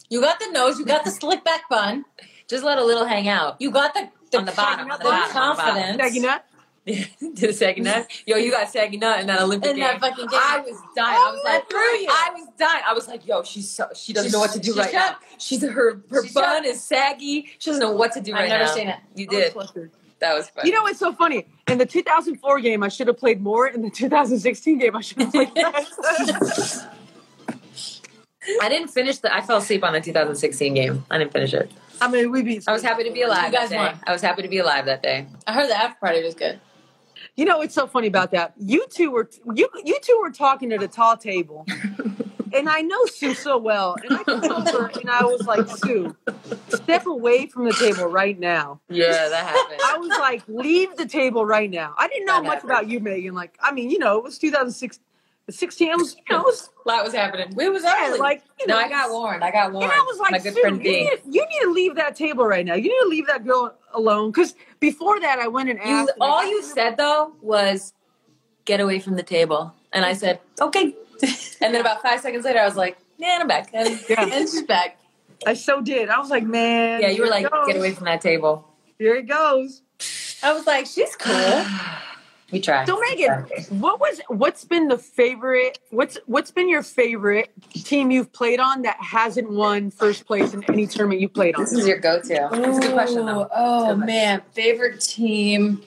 Speaker 6: You got the nose. You got the slick back bun.
Speaker 2: Just let a little hang out.
Speaker 6: You got the, the
Speaker 2: On the bottom, on the
Speaker 6: confidence
Speaker 2: bottom, on the bottom.
Speaker 5: Maggie Nut?
Speaker 2: to the second nut. Yo, you got saggy nut in that Olympic
Speaker 6: in
Speaker 2: game.
Speaker 6: that fucking game.
Speaker 2: I was dying. I was
Speaker 6: Oh,
Speaker 2: like,
Speaker 6: I threw you.
Speaker 2: I was dying. I was like, yo, she's so she doesn't
Speaker 6: She's-
Speaker 2: know what to do
Speaker 6: she's
Speaker 2: right
Speaker 6: shook.
Speaker 2: now. She's her her
Speaker 6: She's
Speaker 2: bun is saggy. She doesn't know what to do
Speaker 6: I've
Speaker 2: right
Speaker 6: never
Speaker 2: now.
Speaker 6: seen it.
Speaker 2: You
Speaker 5: I was
Speaker 2: did.
Speaker 5: flustered.
Speaker 2: That was fun.
Speaker 5: You know, it's so funny. In the 2004 game, I should have played more. In the 2016 game, I should have played less.
Speaker 2: I didn't finish the. I fell asleep on the 2016 game. I didn't finish it.
Speaker 5: I mean, we beat.
Speaker 2: I was happy to be alive.
Speaker 6: You
Speaker 2: that
Speaker 6: guys
Speaker 2: day.
Speaker 6: won.
Speaker 2: I was happy to be alive that day.
Speaker 6: I heard the after party was good.
Speaker 5: You know, it's so funny about that. You two were you you two were talking at a tall table, and I know Sue so well, and I came over and I was like, Sue, step away from the table right now.
Speaker 2: Yeah, that
Speaker 5: I
Speaker 2: happened.
Speaker 5: was like, leave the table right now. I didn't know
Speaker 2: That
Speaker 5: much
Speaker 2: happened.
Speaker 5: about you, Megan. Like, I mean, you know, it was 2016. It was, you know, it was
Speaker 2: a lot was happening.
Speaker 6: We was
Speaker 5: yeah,
Speaker 6: early.
Speaker 5: like, you know,
Speaker 2: No, I got warned. I got warned.
Speaker 5: and I was like,
Speaker 2: my good
Speaker 5: Sue,
Speaker 2: friend
Speaker 5: you,
Speaker 2: B.
Speaker 5: need, you need to leave that table right now. You need to leave that girl alone. Because before that, I went and
Speaker 2: You,
Speaker 5: asked. and I-
Speaker 2: all you said though was, "Get away from the table," and I said, "Okay." and then about five seconds later, I was like, "Man, I'm back." And-
Speaker 5: yeah,
Speaker 6: And she's back.
Speaker 5: I so did. I was like, man.
Speaker 2: yeah, you were
Speaker 5: here it
Speaker 2: like,
Speaker 5: goes.
Speaker 2: "Get away from that table."
Speaker 5: Here it goes.
Speaker 6: I was like, she's cool.
Speaker 2: We tried.
Speaker 5: So Megan, what was what's been the favorite? What's what's been your favorite team you've played on that hasn't won first place in any tournament you played on?
Speaker 2: This is your go-to. It's a good question
Speaker 6: Ooh,
Speaker 2: though.
Speaker 6: Oh man, favorite team.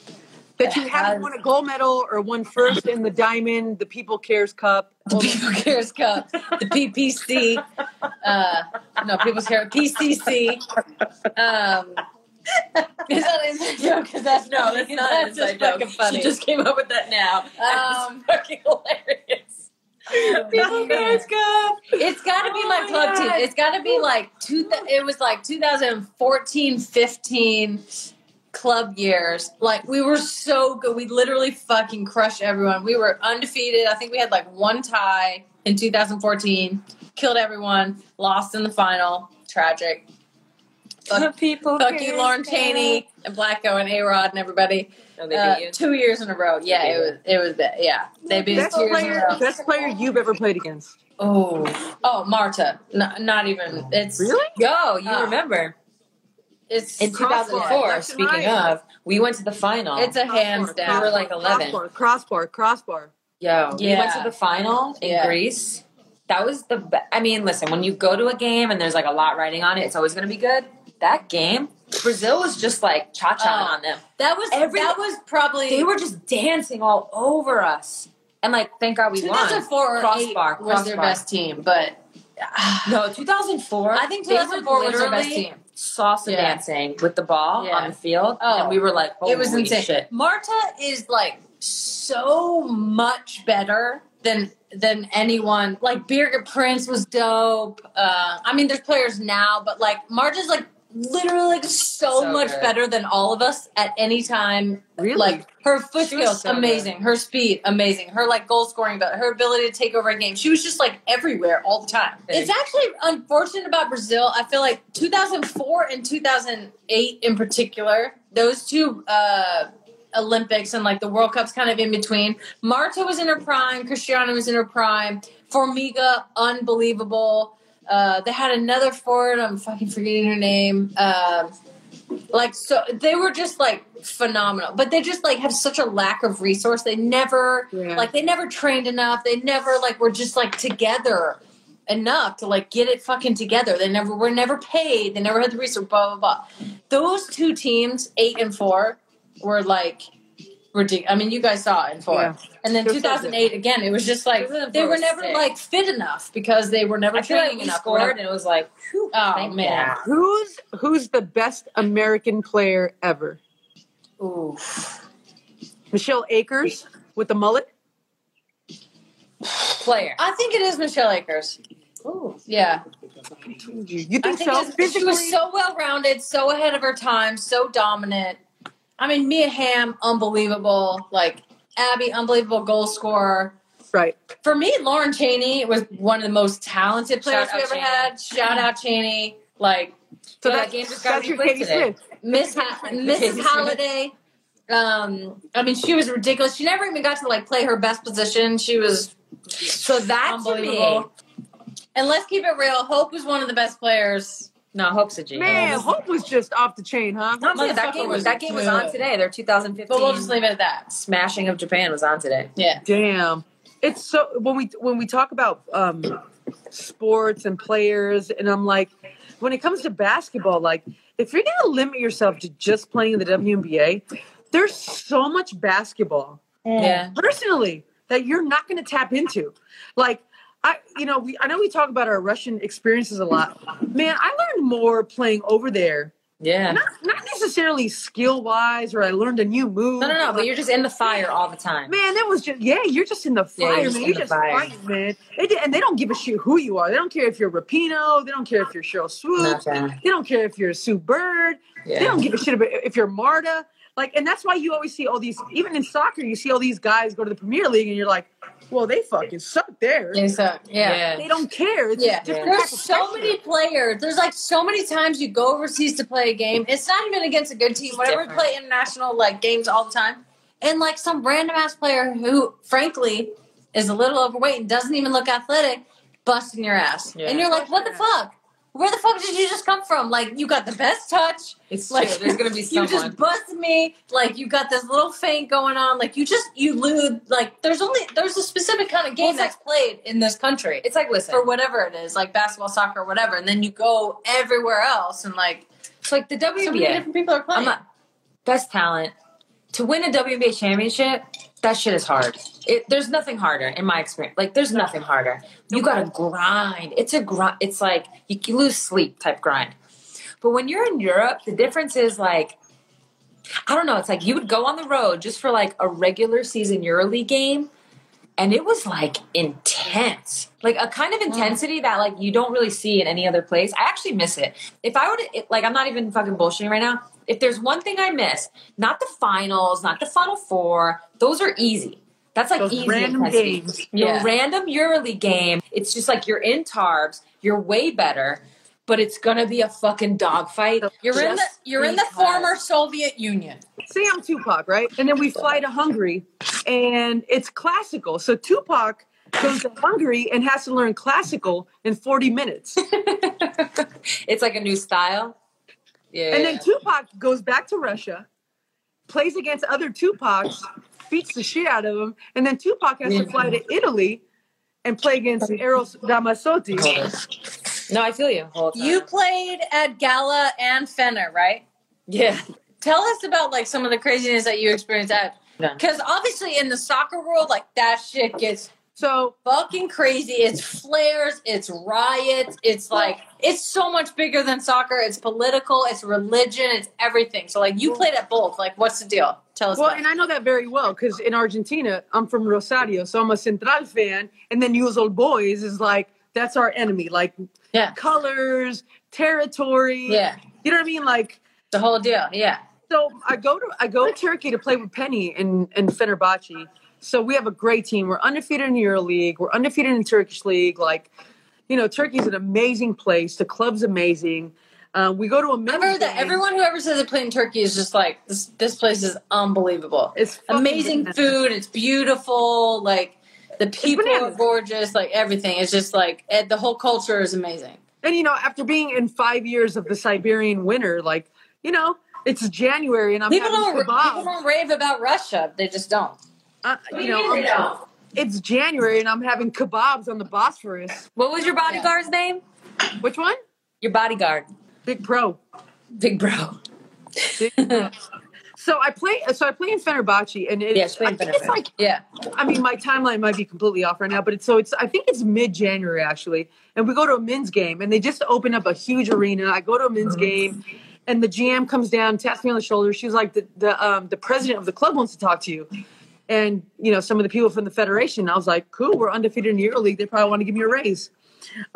Speaker 5: that you haven't won a gold medal or won first in the diamond, the People Cares Cup.
Speaker 6: The People Cares Cup, the PPC, uh, no, People's Care, PCC. Um, is that an inside joke? Because Oh, that's
Speaker 2: No, that's not an
Speaker 6: that's
Speaker 2: inside
Speaker 6: just
Speaker 2: joke.
Speaker 6: fucking funny.
Speaker 2: She just came up with that now. That's
Speaker 6: Um,
Speaker 2: fucking hilarious.
Speaker 1: People guys
Speaker 6: Uh,
Speaker 1: go.
Speaker 6: It's got to be
Speaker 1: Oh
Speaker 6: my,
Speaker 1: my
Speaker 6: club team.
Speaker 1: God.
Speaker 6: It's got to be like two. Th- it was like 2014, 15 club years. Like we were so good. We literally fucking crushed everyone. We were undefeated. I think we had like one tie in 2014. Killed everyone. Lost in the final. Tragic. Fuck,
Speaker 1: people.
Speaker 6: fuck you, Lauren Cheney and Blacko and A Rod and everybody.
Speaker 2: No, they
Speaker 6: Uh,
Speaker 2: beat you.
Speaker 6: two years in a row. Yeah,
Speaker 2: They
Speaker 6: it was. It was. bad. Yeah, they beat us
Speaker 5: Best
Speaker 6: two years in a
Speaker 5: player,
Speaker 6: row.
Speaker 5: best player you've ever played against.
Speaker 6: Oh, oh, Marta. No, not even. It's
Speaker 5: Really?
Speaker 2: Yo, Oh, you
Speaker 6: Uh,
Speaker 2: remember
Speaker 6: It's
Speaker 2: in
Speaker 5: crossbar,
Speaker 2: 2004?
Speaker 5: left and
Speaker 2: Speaking
Speaker 5: right.
Speaker 2: of, we went to the final.
Speaker 6: It's a hands
Speaker 5: Crossbar,
Speaker 2: we were
Speaker 6: down.
Speaker 2: like 11.
Speaker 5: Crossbar, crossbar, crossbar.
Speaker 2: Yo, we went to
Speaker 6: Yeah.
Speaker 2: the final in
Speaker 6: Yeah.
Speaker 2: Greece. That was the. Be- I mean, listen, when you go to a game and there's like a lot riding on it, it's always going to be good. That game, Brazil was just like cha cha
Speaker 6: Oh.
Speaker 2: on them.
Speaker 6: That was
Speaker 2: Every-
Speaker 6: that was probably
Speaker 2: They were just dancing all over us, and like, thank God we won.
Speaker 6: 2004 or
Speaker 2: Crossbar,
Speaker 6: 8 was their
Speaker 2: crossbar.
Speaker 6: best team, but
Speaker 2: No, 2004.
Speaker 6: I think
Speaker 2: they were
Speaker 6: 2004 was their best
Speaker 2: literally
Speaker 6: team.
Speaker 2: Salsa
Speaker 6: Yeah.
Speaker 2: dancing with the ball
Speaker 6: Yeah.
Speaker 2: on the field,
Speaker 6: Oh.
Speaker 2: and we were like, "Holy
Speaker 6: it was insane.
Speaker 2: shit!"
Speaker 6: Marta is like so much better than than anyone. Like Birgit Prince was dope. Uh, I mean, there's players now, but like Marta's like literally like, so,
Speaker 2: So
Speaker 6: much
Speaker 2: good.
Speaker 6: better than all of us at any time
Speaker 5: Really?
Speaker 6: Like her foot
Speaker 2: She was
Speaker 6: skills,
Speaker 2: so good.
Speaker 6: amazing. Her speed, amazing. Her like goal scoring, but her ability to take over a game. She was just like everywhere all the time.
Speaker 2: Big.
Speaker 6: It's actually unfortunate about Brazil. I feel like 2004 and 2008 in particular, those two uh, Olympics and like the World Cups kind of in between. Marta was in her prime. Cristiano was in her prime. Formiga, unbelievable. Uh, they had another forward. I'm fucking forgetting her name. Um like so, they were just like phenomenal. But they just like have such a lack of resource. They never
Speaker 5: Yeah.
Speaker 6: like they never trained enough. They never like were just like together enough to like get it fucking together. They never were never paid. They never had the resource. Blah blah blah. Those two teams, eight and four, were like ridiculous. I mean, you guys saw it in four.
Speaker 5: Yeah.
Speaker 6: And then
Speaker 5: They're so
Speaker 6: 2008 again, it was just like
Speaker 2: 2004
Speaker 6: they were
Speaker 2: was
Speaker 6: never
Speaker 2: sick.
Speaker 6: like fit enough because they were never
Speaker 2: I feel like
Speaker 6: training
Speaker 2: we
Speaker 6: enough.
Speaker 2: scored, and it was like, whew,
Speaker 6: Oh,
Speaker 2: thank
Speaker 6: man.
Speaker 2: God.
Speaker 5: Who's who's the best American player ever?
Speaker 6: Ooh.
Speaker 5: Michelle Akers with the mullet.
Speaker 2: player.
Speaker 6: I think it is Michelle Akers. Yeah,
Speaker 5: You
Speaker 6: I
Speaker 5: think,
Speaker 6: think
Speaker 5: so?
Speaker 6: it's- she was so well rounded, so ahead of her time, so dominant. I mean, Mia Hamm, unbelievable. Like Abby, unbelievable goal scorer.
Speaker 5: right.
Speaker 6: For me, Lauren Cheney was one of the most talented players
Speaker 2: Shout
Speaker 6: we
Speaker 2: out
Speaker 6: ever
Speaker 2: Chaney.
Speaker 6: had. Shout out Cheney. Like
Speaker 5: So
Speaker 2: Yeah,
Speaker 5: that's,
Speaker 2: games just gotta
Speaker 5: that's
Speaker 2: be
Speaker 5: your
Speaker 2: played
Speaker 5: Katie
Speaker 2: today.
Speaker 5: Smith.
Speaker 6: Miss ha- Mrs. Holiday. Um, I mean, she was ridiculous. She never even got to like play her best position. She was
Speaker 2: So that to me,
Speaker 6: unbelievable. And let's keep it real. Hope was one of the best players.
Speaker 2: no, hope's a genius.
Speaker 5: Man, Hope was just off the chain, huh?
Speaker 2: I'm saying that game was that game was on today. Their 2015
Speaker 6: But we'll just leave it at that.
Speaker 2: smashing of Japan was on today.
Speaker 6: Yeah.
Speaker 5: Damn. It's so when we when we talk about um sports and players and I'm like when it comes to basketball like if you're going to limit yourself to just playing the WNBA there's so much basketball
Speaker 2: Yeah.
Speaker 5: personally that you're not going to tap into. Like I, you know, we I know we talk about our Russian experiences a lot. Man, I learned more playing over there.
Speaker 2: Yeah.
Speaker 5: Not not necessarily skill wise, or I learned a new move.
Speaker 2: No, no, no. But you're just in the fire all the time.
Speaker 5: man, that was just yeah. You're just in the
Speaker 2: Yeah, you're
Speaker 5: fire,
Speaker 2: just
Speaker 5: man.
Speaker 2: in
Speaker 5: You're
Speaker 2: the
Speaker 5: just
Speaker 2: fire.
Speaker 5: fighting, man. They did, and they don't give a shit who you are. They don't care if you're Rapino. They don't care if you're Cheryl Swoops.
Speaker 2: Nothing.
Speaker 5: They don't care if you're Sue Bird. They
Speaker 2: Yeah.
Speaker 5: don't give a shit about if you're Marta. Like, and that's why you always see all these. Even in soccer, you see all these guys go to the Premier League, and you're like, well, they fucking suck there.
Speaker 6: They suck. Yeah.
Speaker 5: They don't care. It's
Speaker 6: Yeah.
Speaker 5: a different
Speaker 6: There's
Speaker 5: type of
Speaker 6: so
Speaker 5: pressure.
Speaker 6: many players. There's like so many times you go overseas to play a game. It's not even against a good team. Whenever we
Speaker 2: different.
Speaker 6: play international like games all the time, and like some random ass player who, frankly, is a little overweight and doesn't even look athletic, busting your ass,
Speaker 2: Yeah.
Speaker 6: and you're like, what the fuck? Where the fuck did you just come from? Like you got the best touch.
Speaker 2: It's
Speaker 6: Like,
Speaker 2: true. There's gonna be someone.
Speaker 6: You just busted me. Like you got this little feint going on. Like you just you lose. Like there's only there's a specific kind of game
Speaker 2: it's
Speaker 6: that's played in this country
Speaker 2: it's like listen.
Speaker 6: for whatever it is, like basketball, soccer, whatever. And then you go everywhere else and like
Speaker 2: It's like the
Speaker 6: so many
Speaker 2: WNBA.
Speaker 6: different people are playing.
Speaker 2: I'm not best talent to win a WNBA championship. That shit is hard. It, there's nothing harder in my experience. Like there's nothing harder. You gotta grind. It's a grind. It's like you, you lose sleep type grind. But when you're in Europe, the difference is like I don't know. It's like you would go on the road just for like a regular season EuroLeague game. and it was like intense like a kind of intensity that like you don't really see in any other place i actually miss it if i were to it, like i'm not even fucking bullshitting right now if there's one thing i miss not the finals not the final four those are easy that's like
Speaker 5: Those
Speaker 2: easy
Speaker 5: random
Speaker 2: intensity.
Speaker 5: games.
Speaker 2: the random euroleague game it's just like you're in tarbs you're way better but it's gonna be a fucking dogfight.
Speaker 6: You're in the
Speaker 2: just
Speaker 6: you're in the
Speaker 2: because.
Speaker 6: former Soviet Union.
Speaker 5: Say I'm Tupac, right? And then we fly to Hungary, and it's classical. So Tupac goes to Hungary and has to learn classical in 40 minutes.
Speaker 2: It's like a new style. Yeah.
Speaker 5: And then Tupac goes back to Russia, plays against other Tupacs, beats the shit out of him, and then Tupac has to fly to Italy and play against Eros Damasotti.
Speaker 2: no, I feel you. Whole time.
Speaker 6: You played at Gala and Fenner, right?
Speaker 2: yeah.
Speaker 6: Tell us about like some of the craziness that you experienced at
Speaker 2: Yeah.
Speaker 6: because obviously in the soccer world, like that shit gets
Speaker 5: So
Speaker 6: fucking crazy. It's flares, it's riots, it's like it's so much bigger than soccer. It's political, it's religion, it's everything. So like you played at both. Like what's the deal? Tell us.
Speaker 5: Well,
Speaker 6: about it.
Speaker 5: and I know that very well because in Argentina, I'm from Rosario, so I'm a Central fan. And then you as old boys is like, that's our enemy. Like,
Speaker 6: Yeah.
Speaker 5: colors, territory.
Speaker 6: yeah,
Speaker 5: You know what I mean? Like,
Speaker 6: the whole deal. Yeah.
Speaker 5: so I go to I go to Turkey to play with Penny in in Fenerbahce. So we have a great team. We're undefeated in the EuroLeague. We're undefeated in Turkish league. Like, you know, Turkey's an amazing place. The club's amazing. Uh, we go to a.
Speaker 6: I've heard that everyone who ever says they play in Turkey is just like this. This place is unbelievable.
Speaker 5: It's fucking
Speaker 6: amazing
Speaker 5: bananas.
Speaker 6: food. It's beautiful. Like the people are
Speaker 5: bananas.
Speaker 6: gorgeous. Like everything. It's just like it, the whole culture is amazing.
Speaker 5: And you know, after being in five years of the Siberian winter, like you know, it's January and I'm
Speaker 6: people don't.
Speaker 5: having
Speaker 6: People
Speaker 5: kebab.
Speaker 6: don't rave about Russia. They just don't.
Speaker 5: Uh, you know, um, I'm- it's January and I'm having kebabs on the Bosphorus.
Speaker 2: What was your bodyguard's name?
Speaker 5: Which one?
Speaker 2: Your bodyguard,
Speaker 5: Big Pro.
Speaker 2: big bro.
Speaker 5: So I play. So I play in Fenerbahce, and it,
Speaker 2: Yeah, she played
Speaker 5: I
Speaker 2: in
Speaker 5: think it's
Speaker 2: Fenerbahce.
Speaker 5: like
Speaker 6: Yeah.
Speaker 5: I mean, my timeline might be completely off right now, but it's so it's I think it's mid January actually, and we go to a men's game, and they just open up a huge arena. I go to a men's game, and the GM comes down, taps me on the shoulder. She's like, the the um, the president of the club wants to talk to you, and you know some of the people from the federation. I was like, cool, we're undefeated in the EuroLeague. They probably want to give me a raise.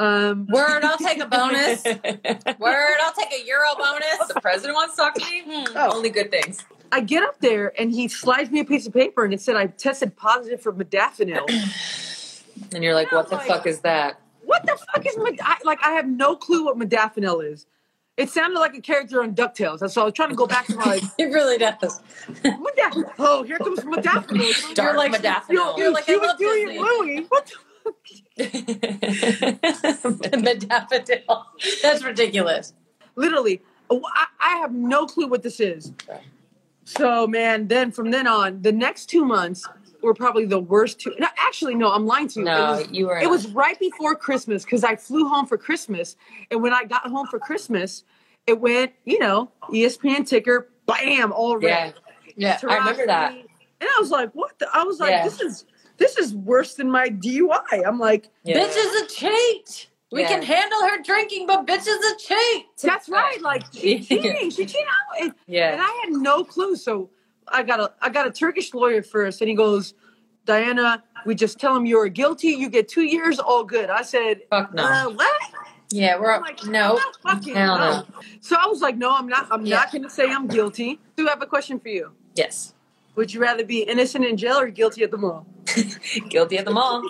Speaker 5: Um,
Speaker 6: Word. I'll take a bonus. Word. I'll take a euro bonus.
Speaker 2: The president wants to talk to me. Hmm,
Speaker 5: Oh.
Speaker 2: Only good things.
Speaker 5: I get up there, and he slides me a piece of paper, and it said I tested positive for modafinil.
Speaker 2: And you're like, what the
Speaker 5: like-
Speaker 2: fuck is that?
Speaker 5: what the fuck is med- I, like? I have no clue what modafinil is. It sounded like a character on Ducktales, so I was trying to go back to my
Speaker 6: It really does.
Speaker 5: modafinil. Oh, here comes modafinil.
Speaker 2: Dark
Speaker 6: You're like-
Speaker 2: modafinil.
Speaker 6: you're like-
Speaker 5: she
Speaker 6: I
Speaker 5: was
Speaker 6: love
Speaker 5: doing
Speaker 6: Disney.
Speaker 5: it, Louis. What the
Speaker 6: the daffodil. That's ridiculous.
Speaker 5: literally oh, I, I have no clue what this is so man then from then on the next two months were probably the worst two no actually no i'm lying to you
Speaker 2: No,
Speaker 5: it was,
Speaker 2: you were
Speaker 5: it was right before christmas because i flew home for christmas and when i got home for christmas it went you know E espn ticker bam all
Speaker 2: yeah,
Speaker 5: red
Speaker 6: Yeah.
Speaker 2: I remember that.
Speaker 5: and i was like what the i was like
Speaker 2: Yeah.
Speaker 5: this is this is worse than my dui i'm like
Speaker 2: yeah.
Speaker 6: Bitch is a cheat. We
Speaker 2: Yeah.
Speaker 6: can handle her drinking, but bitch is a cheat.
Speaker 5: that's right like she cheating she cheating I- it, And
Speaker 2: yeah.
Speaker 5: I had no clue. So I got a I got a Turkish lawyer first, and he goes, Diana, we just tell him you're guilty. You get two years, all good. I said,
Speaker 2: Fuck no.
Speaker 5: uh, what?
Speaker 6: Yeah, we're
Speaker 5: I'm like,
Speaker 6: no.
Speaker 5: "No fucking
Speaker 2: Hell
Speaker 5: no." So I was like, no, I'm not. I'm
Speaker 6: Yeah.
Speaker 5: not going to say I'm guilty. Do I have a question for you?
Speaker 2: Yes.
Speaker 5: Would you rather be innocent in jail or guilty at the mall?
Speaker 2: Guilty at the mall.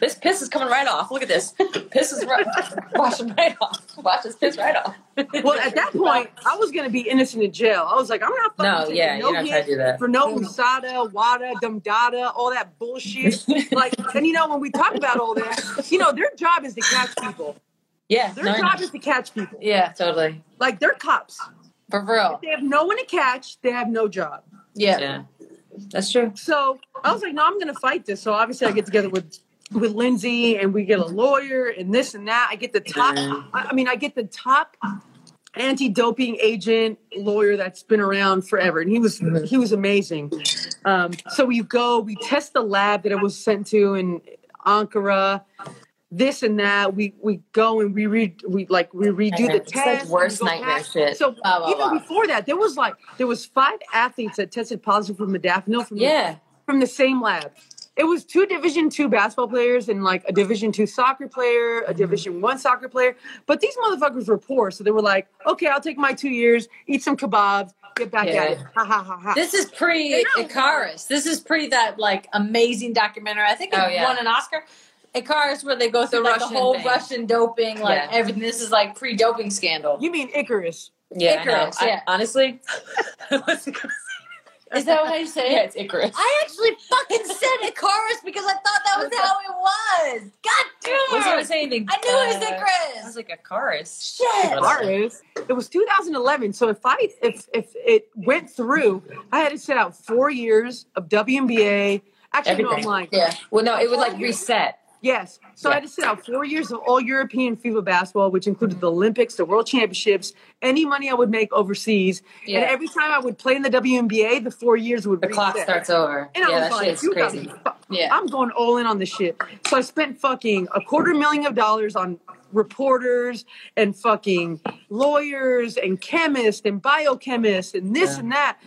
Speaker 2: this piss is coming right off. Look at this. Piss is right. Wash it right off. Wash this piss right off.
Speaker 5: Well, at that point, I was going to be innocent in jail. I was like, I'm not fucking
Speaker 2: No,
Speaker 5: taking
Speaker 2: yeah,
Speaker 5: no
Speaker 2: you're not
Speaker 5: hit
Speaker 2: trying to do that.
Speaker 5: for no usada, wada, dumdada, all that bullshit. like, and you know, when we talk about all that, you know, their job is to catch people.
Speaker 2: Yeah,
Speaker 5: Their
Speaker 2: no, I
Speaker 5: job
Speaker 2: know.
Speaker 5: is to catch people.
Speaker 6: Yeah,
Speaker 2: totally.
Speaker 5: Like they're cops.
Speaker 6: for real.
Speaker 5: They have no one to catch. They have no job.
Speaker 6: Yeah.
Speaker 2: Yeah, that's true.
Speaker 5: So I was like, no, I'm going to fight this. So obviously, I get together with with Lindsay, and we get a lawyer, and this and that. I get the top.
Speaker 2: Yeah.
Speaker 5: I I mean, I get the top anti-doping agent lawyer that's been around forever, and he was
Speaker 2: Mm-hmm.
Speaker 5: he was amazing. Um, so we go, we test the lab that it was sent to in Ankara. This and that, we we go and we read we like we redo the
Speaker 2: It's like
Speaker 5: test.
Speaker 2: worst
Speaker 5: we go
Speaker 2: nightmare
Speaker 5: back.
Speaker 2: shit.
Speaker 5: So
Speaker 6: Wow, wow,
Speaker 5: even
Speaker 6: wow.
Speaker 5: before that, there was like there was five athletes that tested positive for modafinil from the
Speaker 2: Yeah,
Speaker 5: from the same lab. it was two division two basketball players and like a division two soccer player
Speaker 2: Mm-hmm.
Speaker 5: a division one soccer player but these motherfuckers were poor so they were like okay i'll take my two years eat some kebabs get back
Speaker 2: Yeah.
Speaker 5: at it ha ha ha ha
Speaker 6: This is pre Icarus. This is pre that like amazing documentary. I think it
Speaker 2: Oh, yeah.
Speaker 6: won an Oscar. Icarus, where they go through
Speaker 2: The
Speaker 6: like, the
Speaker 2: Russian
Speaker 6: whole
Speaker 2: thing.
Speaker 6: Russian doping, like
Speaker 2: Yeah.
Speaker 6: everything. This is like pre doping scandal.
Speaker 5: you mean icarus
Speaker 2: Yeah, I know.
Speaker 6: Icarus,
Speaker 2: I-
Speaker 6: yeah.
Speaker 2: honestly, I wasn't gonna
Speaker 6: Is that what I say?
Speaker 2: yeah, it's Icarus.
Speaker 6: I actually fucking said Icarus because I thought that was how it was. God
Speaker 2: I was
Speaker 6: damn
Speaker 2: gonna
Speaker 6: it!
Speaker 2: say anything.
Speaker 6: I knew it
Speaker 2: Uh,
Speaker 6: was
Speaker 2: I was
Speaker 6: Icarus.
Speaker 2: like Icarus.
Speaker 6: Shit.
Speaker 2: That's-
Speaker 5: Icarus. it was 2011 so if i if if it went through i had to sit out four years of wmba actually no i'm
Speaker 2: Everything.
Speaker 5: lying
Speaker 6: Yeah.
Speaker 2: Well, no, it would like reset.
Speaker 5: Yes. So I had to sit out four years of all European FIBA basketball, which included
Speaker 2: Mm-hmm.
Speaker 5: the Olympics, the World Championships, any money I would make overseas.
Speaker 2: Yeah.
Speaker 5: And every time I would play in the WNBA, the four years would
Speaker 2: The clock
Speaker 5: reset.
Speaker 2: starts over.
Speaker 5: And I
Speaker 2: yeah,
Speaker 5: was
Speaker 2: that
Speaker 5: like,
Speaker 2: shit is
Speaker 5: "You got
Speaker 2: crazy.
Speaker 5: me fucked.
Speaker 6: Yeah.
Speaker 5: I'm going all in on this shit. So I spent fucking a quarter million of dollars on reporters and fucking lawyers and chemists and biochemists and this and that.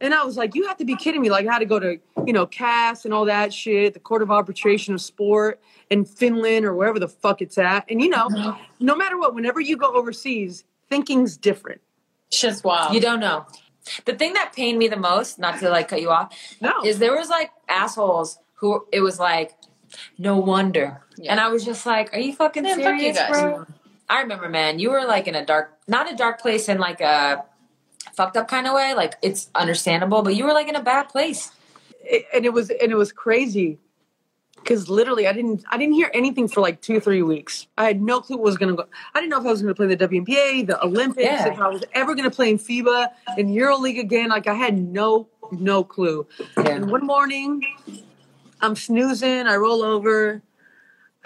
Speaker 5: And I was like, you have to be kidding me. Like, I had to go to, you know, CAS and all that shit, the Court of Arbitration of Sport in Finland or wherever the fuck it's at. And, you know,
Speaker 2: Uh-huh.
Speaker 5: no matter what, whenever you go overseas, thinking's different.
Speaker 6: Shit's wild.
Speaker 2: You don't know. The thing that pained me the most, not to like cut you off,
Speaker 5: No.
Speaker 2: is there was like assholes who it was like, no wonder.
Speaker 6: Yeah.
Speaker 2: And I was just like, are you fucking
Speaker 6: Man, fuck you
Speaker 2: serious,
Speaker 6: guys.
Speaker 2: bro? I remember, man, you were like in a dark, not a dark place in like a fucked up kind of way. Like it's understandable, but you were like in a bad place.
Speaker 5: it, and it was and it was crazy because literally i didn't i didn't hear anything for like two three weeks i had no clue what was going to go i didn't know if i was going to play in the WNBA, the olympics
Speaker 2: Yeah.
Speaker 5: if i was ever going to play in fiba in euroleague again like i had no no clue and one morning i'm snoozing i roll over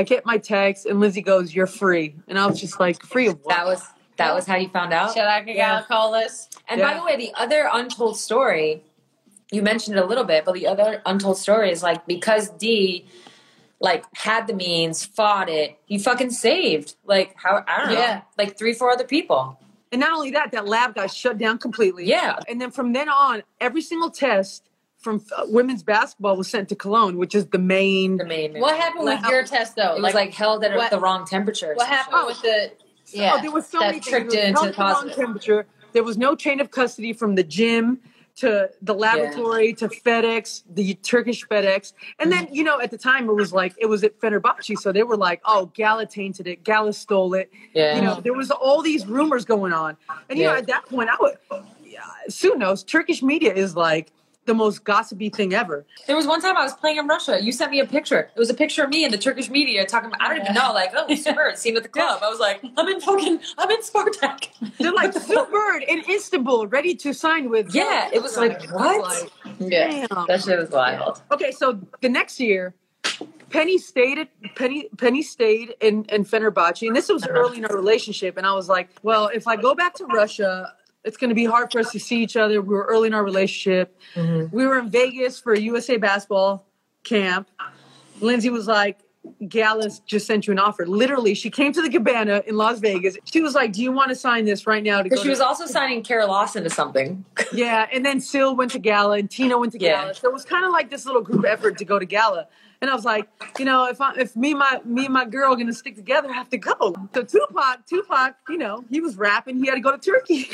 Speaker 5: i get my text and lizzie goes you're free and i was just like free of what
Speaker 2: That was that was how you found out.
Speaker 6: Should I
Speaker 5: Yeah.
Speaker 6: call this?
Speaker 2: And by
Speaker 5: Yeah.
Speaker 2: the way, the other untold story, you mentioned it a little bit, but the other untold story is like because D like had the means, fought it, he fucking saved like how I don't know,
Speaker 6: Yeah.
Speaker 2: like three, four other people.
Speaker 5: And not only that, that lab got shut down completely.
Speaker 2: Yeah.
Speaker 5: And then from then on, every single test from uh, women's basketball was sent to Cologne, which is the main.
Speaker 2: The main
Speaker 6: What happened with
Speaker 5: Wow.
Speaker 6: your test though?
Speaker 2: It was like held at
Speaker 6: what-
Speaker 2: the wrong temperature. or
Speaker 6: what
Speaker 2: some
Speaker 6: happened
Speaker 2: shit.
Speaker 6: with the? Yeah,
Speaker 5: oh, there was so
Speaker 6: that
Speaker 5: many
Speaker 6: tricked
Speaker 5: things. There
Speaker 6: it
Speaker 5: was
Speaker 6: into
Speaker 5: no
Speaker 6: the
Speaker 5: Cologne
Speaker 6: positive.
Speaker 5: temperature. There was no chain of custody from the gym to the laboratory to FedEx, the Turkish FedEx. And then, you know, at the time it was like, it was at Fenerbahce. So they were like, oh, Gala tainted it. Gala stole it.
Speaker 2: Yeah.
Speaker 5: You know, there was all these rumors going on. And, you know,
Speaker 2: Yeah.
Speaker 5: at that point, I would, yeah, Sue knows, Turkish media is like the most gossipy thing ever.
Speaker 2: There was one time I was playing in Russia. You sent me a picture. It was a picture of me in the Turkish media talking about, I don't even know, like, oh, Sue Bird, seen at the club. I was like, I'm in fucking, I'm in Spartak.
Speaker 5: They're like, Sue Bird in Istanbul, ready to sign with. uh,
Speaker 2: Yeah, it was like, what?
Speaker 6: yeah.
Speaker 5: Damn.
Speaker 2: That shit was wild.
Speaker 5: Okay, so the next year, Penny stayed at Penny Penny stayed in in Fenerbahce, and this was early in our relationship. And I was like, well, if I go back to Russia, it's going to be hard for us to see each other. We were early in our relationship. We were in Vegas for a USA basketball camp. Lindsay was like. Gallus just sent you an offer. Literally, she came to the cabana in Las Vegas. She was like, "Do you want to sign this right now?" To go
Speaker 2: Because she
Speaker 5: to-
Speaker 2: was also signing Kara Lawson to something.
Speaker 5: yeah, and then Sil went to gala and Tina went to
Speaker 2: Yeah.
Speaker 5: gala. So it was kind of like this little group effort to go to gala. And I was like, you know, if I if me and my me and my girl are gonna stick together, I have to go. So Tupac, Tupac, you know, he was rapping, he had to go to Turkey.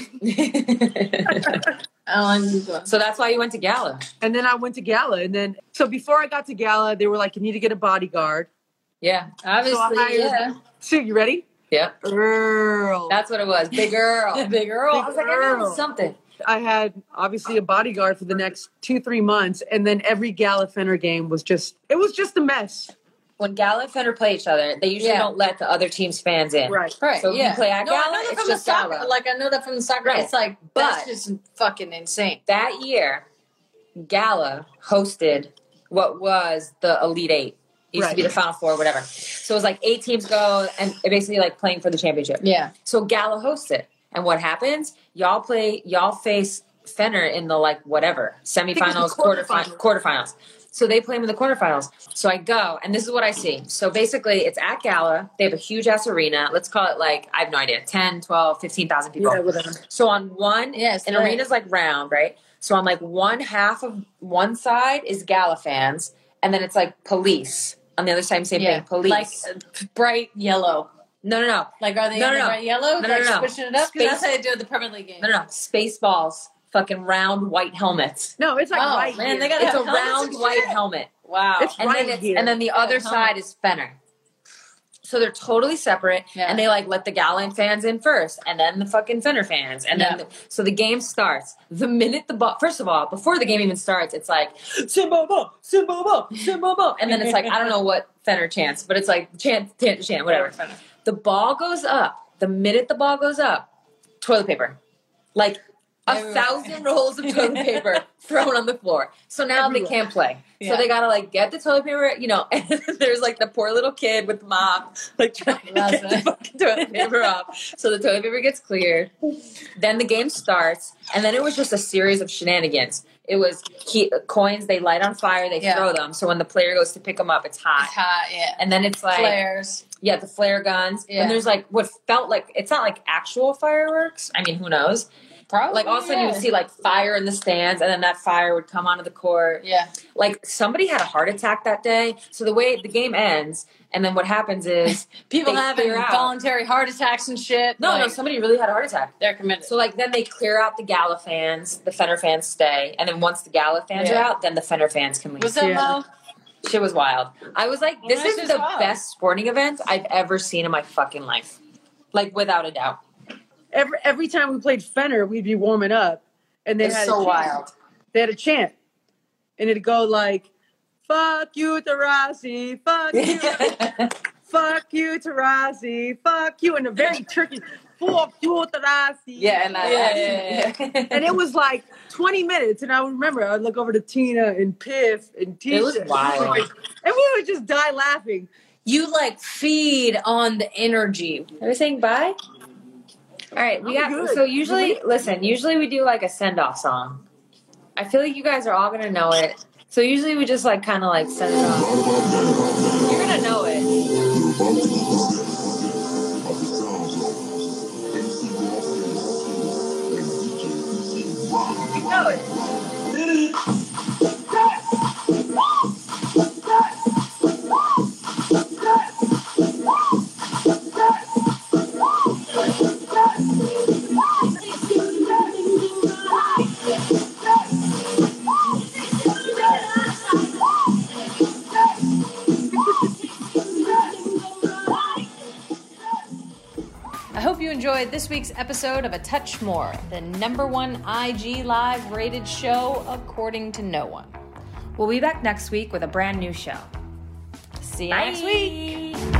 Speaker 6: Oh,
Speaker 2: so that's why you went to Gala.
Speaker 5: And then I went to gala. And then so before I got to gala, they were like, You need to get a bodyguard.
Speaker 2: Yeah.
Speaker 5: So I
Speaker 6: Obviously,
Speaker 5: hired-
Speaker 6: yeah.
Speaker 5: Sue, you ready?
Speaker 2: Yeah.
Speaker 5: Earl.
Speaker 2: That's what it was. Big girl.
Speaker 6: Big Earl.
Speaker 2: I was like, I know
Speaker 5: Girl.
Speaker 2: something.
Speaker 5: I had obviously a bodyguard for the next two, three months, and then every gala Fenner game was just it was just a mess.
Speaker 2: When Gala and Fenner play each other, they usually
Speaker 6: Yeah.
Speaker 2: don't let the other team's fans in.
Speaker 5: Right.
Speaker 6: Right.
Speaker 2: So if you
Speaker 6: yeah.
Speaker 2: play at
Speaker 6: no, I
Speaker 2: gala,
Speaker 6: know that
Speaker 2: it's
Speaker 6: from the
Speaker 2: just
Speaker 6: soccer.
Speaker 2: gala.
Speaker 6: Like I know that from the soccer.
Speaker 2: Right.
Speaker 6: It's like
Speaker 2: But-
Speaker 6: that's just fucking insane.
Speaker 2: That year, Gala hosted what was the Elite Eight. It used to be
Speaker 5: Right.
Speaker 2: the Final Four, whatever. So it was like eight teams go and basically like playing for the championship.
Speaker 6: Yeah.
Speaker 2: So Gala hosts it. And what happens? Y'all play, y'all face Fenner in the like whatever semifinals, quarterfinals, quarterfinals. So they play him in the quarterfinals. So I go, and this is what I see. So basically, it's at Gala. They have a huge ass arena. Let's call it like, I have no idea, 10, 12, 15,000 people. So on one,
Speaker 6: Yes,
Speaker 2: an
Speaker 6: right.
Speaker 2: arena's like round, right? So on like one half of one side is Gala fans, and then it's like police on the other side. Same
Speaker 6: Yeah.
Speaker 2: thing, police.
Speaker 6: Like uh, bright yellow.
Speaker 2: no, no, no,
Speaker 6: Like are they
Speaker 2: No,
Speaker 6: on
Speaker 2: no,
Speaker 6: the
Speaker 2: no.
Speaker 6: bright yellow?
Speaker 2: No, no,
Speaker 6: like
Speaker 2: no, no.
Speaker 6: squishing it up? 'Cause
Speaker 2: Space-
Speaker 6: that's how they do it at the Premier League game.
Speaker 2: no, no, no. Spaceballs, fucking round white helmets.
Speaker 5: No, it's like
Speaker 6: Oh,
Speaker 5: right
Speaker 6: man,
Speaker 5: here.
Speaker 6: they gotta
Speaker 2: It's a
Speaker 6: have helmets
Speaker 2: round
Speaker 6: and
Speaker 2: white
Speaker 6: shit.
Speaker 2: helmet.
Speaker 6: Wow.
Speaker 5: It's
Speaker 2: and
Speaker 5: right
Speaker 2: then it's,
Speaker 5: here.
Speaker 2: and then the other
Speaker 6: come
Speaker 2: side is Fenner. So they're totally separate,
Speaker 6: Yeah.
Speaker 2: and they like let the Gallant fans in first, and then the fucking Fenner fans, and then
Speaker 6: Yeah.
Speaker 2: the, so the game starts. The minute the ball, first of all, before the game even starts, it's like Simbo Bo, Simbo Bo, Simbo Bo, and then it's like I don't know what Fenner chants, but it's like chant, chant, chant, whatever. The ball goes up. The minute the ball goes up, toilet paper, like a
Speaker 6: Everywhere.
Speaker 2: thousand rolls of toilet paper thrown on the floor. So now they can't play.
Speaker 6: Yeah.
Speaker 2: So they gotta like get the toilet paper, you know. And there's like the poor little kid with mop, like trying to
Speaker 6: Loves
Speaker 2: get the
Speaker 6: it.
Speaker 2: fucking toilet paper off. So the toilet paper gets cleared. Then the game starts, and then it was just a series of shenanigans. It was key, coins they light on fire, they
Speaker 6: Yeah.
Speaker 2: throw them. So when the player goes to pick them up, it's hot.
Speaker 6: It's hot, yeah.
Speaker 2: And then it's like
Speaker 6: Flares.
Speaker 2: yeah, the flare guns.
Speaker 6: Yeah.
Speaker 2: And there's like what felt like it's not like actual fireworks. I mean, who knows?
Speaker 6: Probably.
Speaker 2: Like all of a sudden you would see like fire in the stands, and then that fire would come onto the court.
Speaker 6: Yeah.
Speaker 2: Like somebody had a heart attack that day. So the way the game ends, and then what happens is
Speaker 6: People
Speaker 2: They
Speaker 6: having
Speaker 2: clear out.
Speaker 6: voluntary heart attacks and shit.
Speaker 2: no, no,
Speaker 6: like,
Speaker 2: somebody really had a heart attack.
Speaker 6: they're committed.
Speaker 2: So like then they clear out the Gala fans, the Fenner fans stay, and then once the Gala fans
Speaker 6: Yeah.
Speaker 2: are out, then the Fenner fans can leave.
Speaker 6: What's up,
Speaker 5: Yeah.
Speaker 6: Mo?
Speaker 2: Shit was wild. I was like, this
Speaker 6: Yeah,
Speaker 2: is
Speaker 6: it's
Speaker 2: the
Speaker 6: wild.
Speaker 2: best sporting event I've ever seen in my fucking life. Like without a doubt.
Speaker 5: every every time we played Fenner, we'd be warming up, and they
Speaker 6: It's
Speaker 5: had a
Speaker 6: so
Speaker 5: chant.
Speaker 6: wild.
Speaker 5: They had a chant, and it'd go like, "Fuck you, Tarasi! Fuck you, fuck you, Tarasi! Fuck you!" And a very Turkish, "Fuck you, Tarasi!"
Speaker 2: Yeah, and I,
Speaker 6: Yeah,
Speaker 5: and it was like 20 minutes, and I remember I'd look over to Tina and Piff and Tisha.
Speaker 2: It was wild.
Speaker 5: and we would just die laughing.
Speaker 6: You like feed on the energy.
Speaker 2: Are we saying bye? All right, we got.
Speaker 5: I'm good.
Speaker 2: So usually, listen. Usually we do like a send off song. I feel like you guys are all gonna know it. So usually we just like kind of like send it off. You're gonna know it. Know it.
Speaker 1: I hope you enjoyed this week's episode of A Touch More, the number one IG live rated show according to no one.
Speaker 2: We'll be back next week with a brand new show.
Speaker 1: See you
Speaker 2: Bye.
Speaker 1: next week.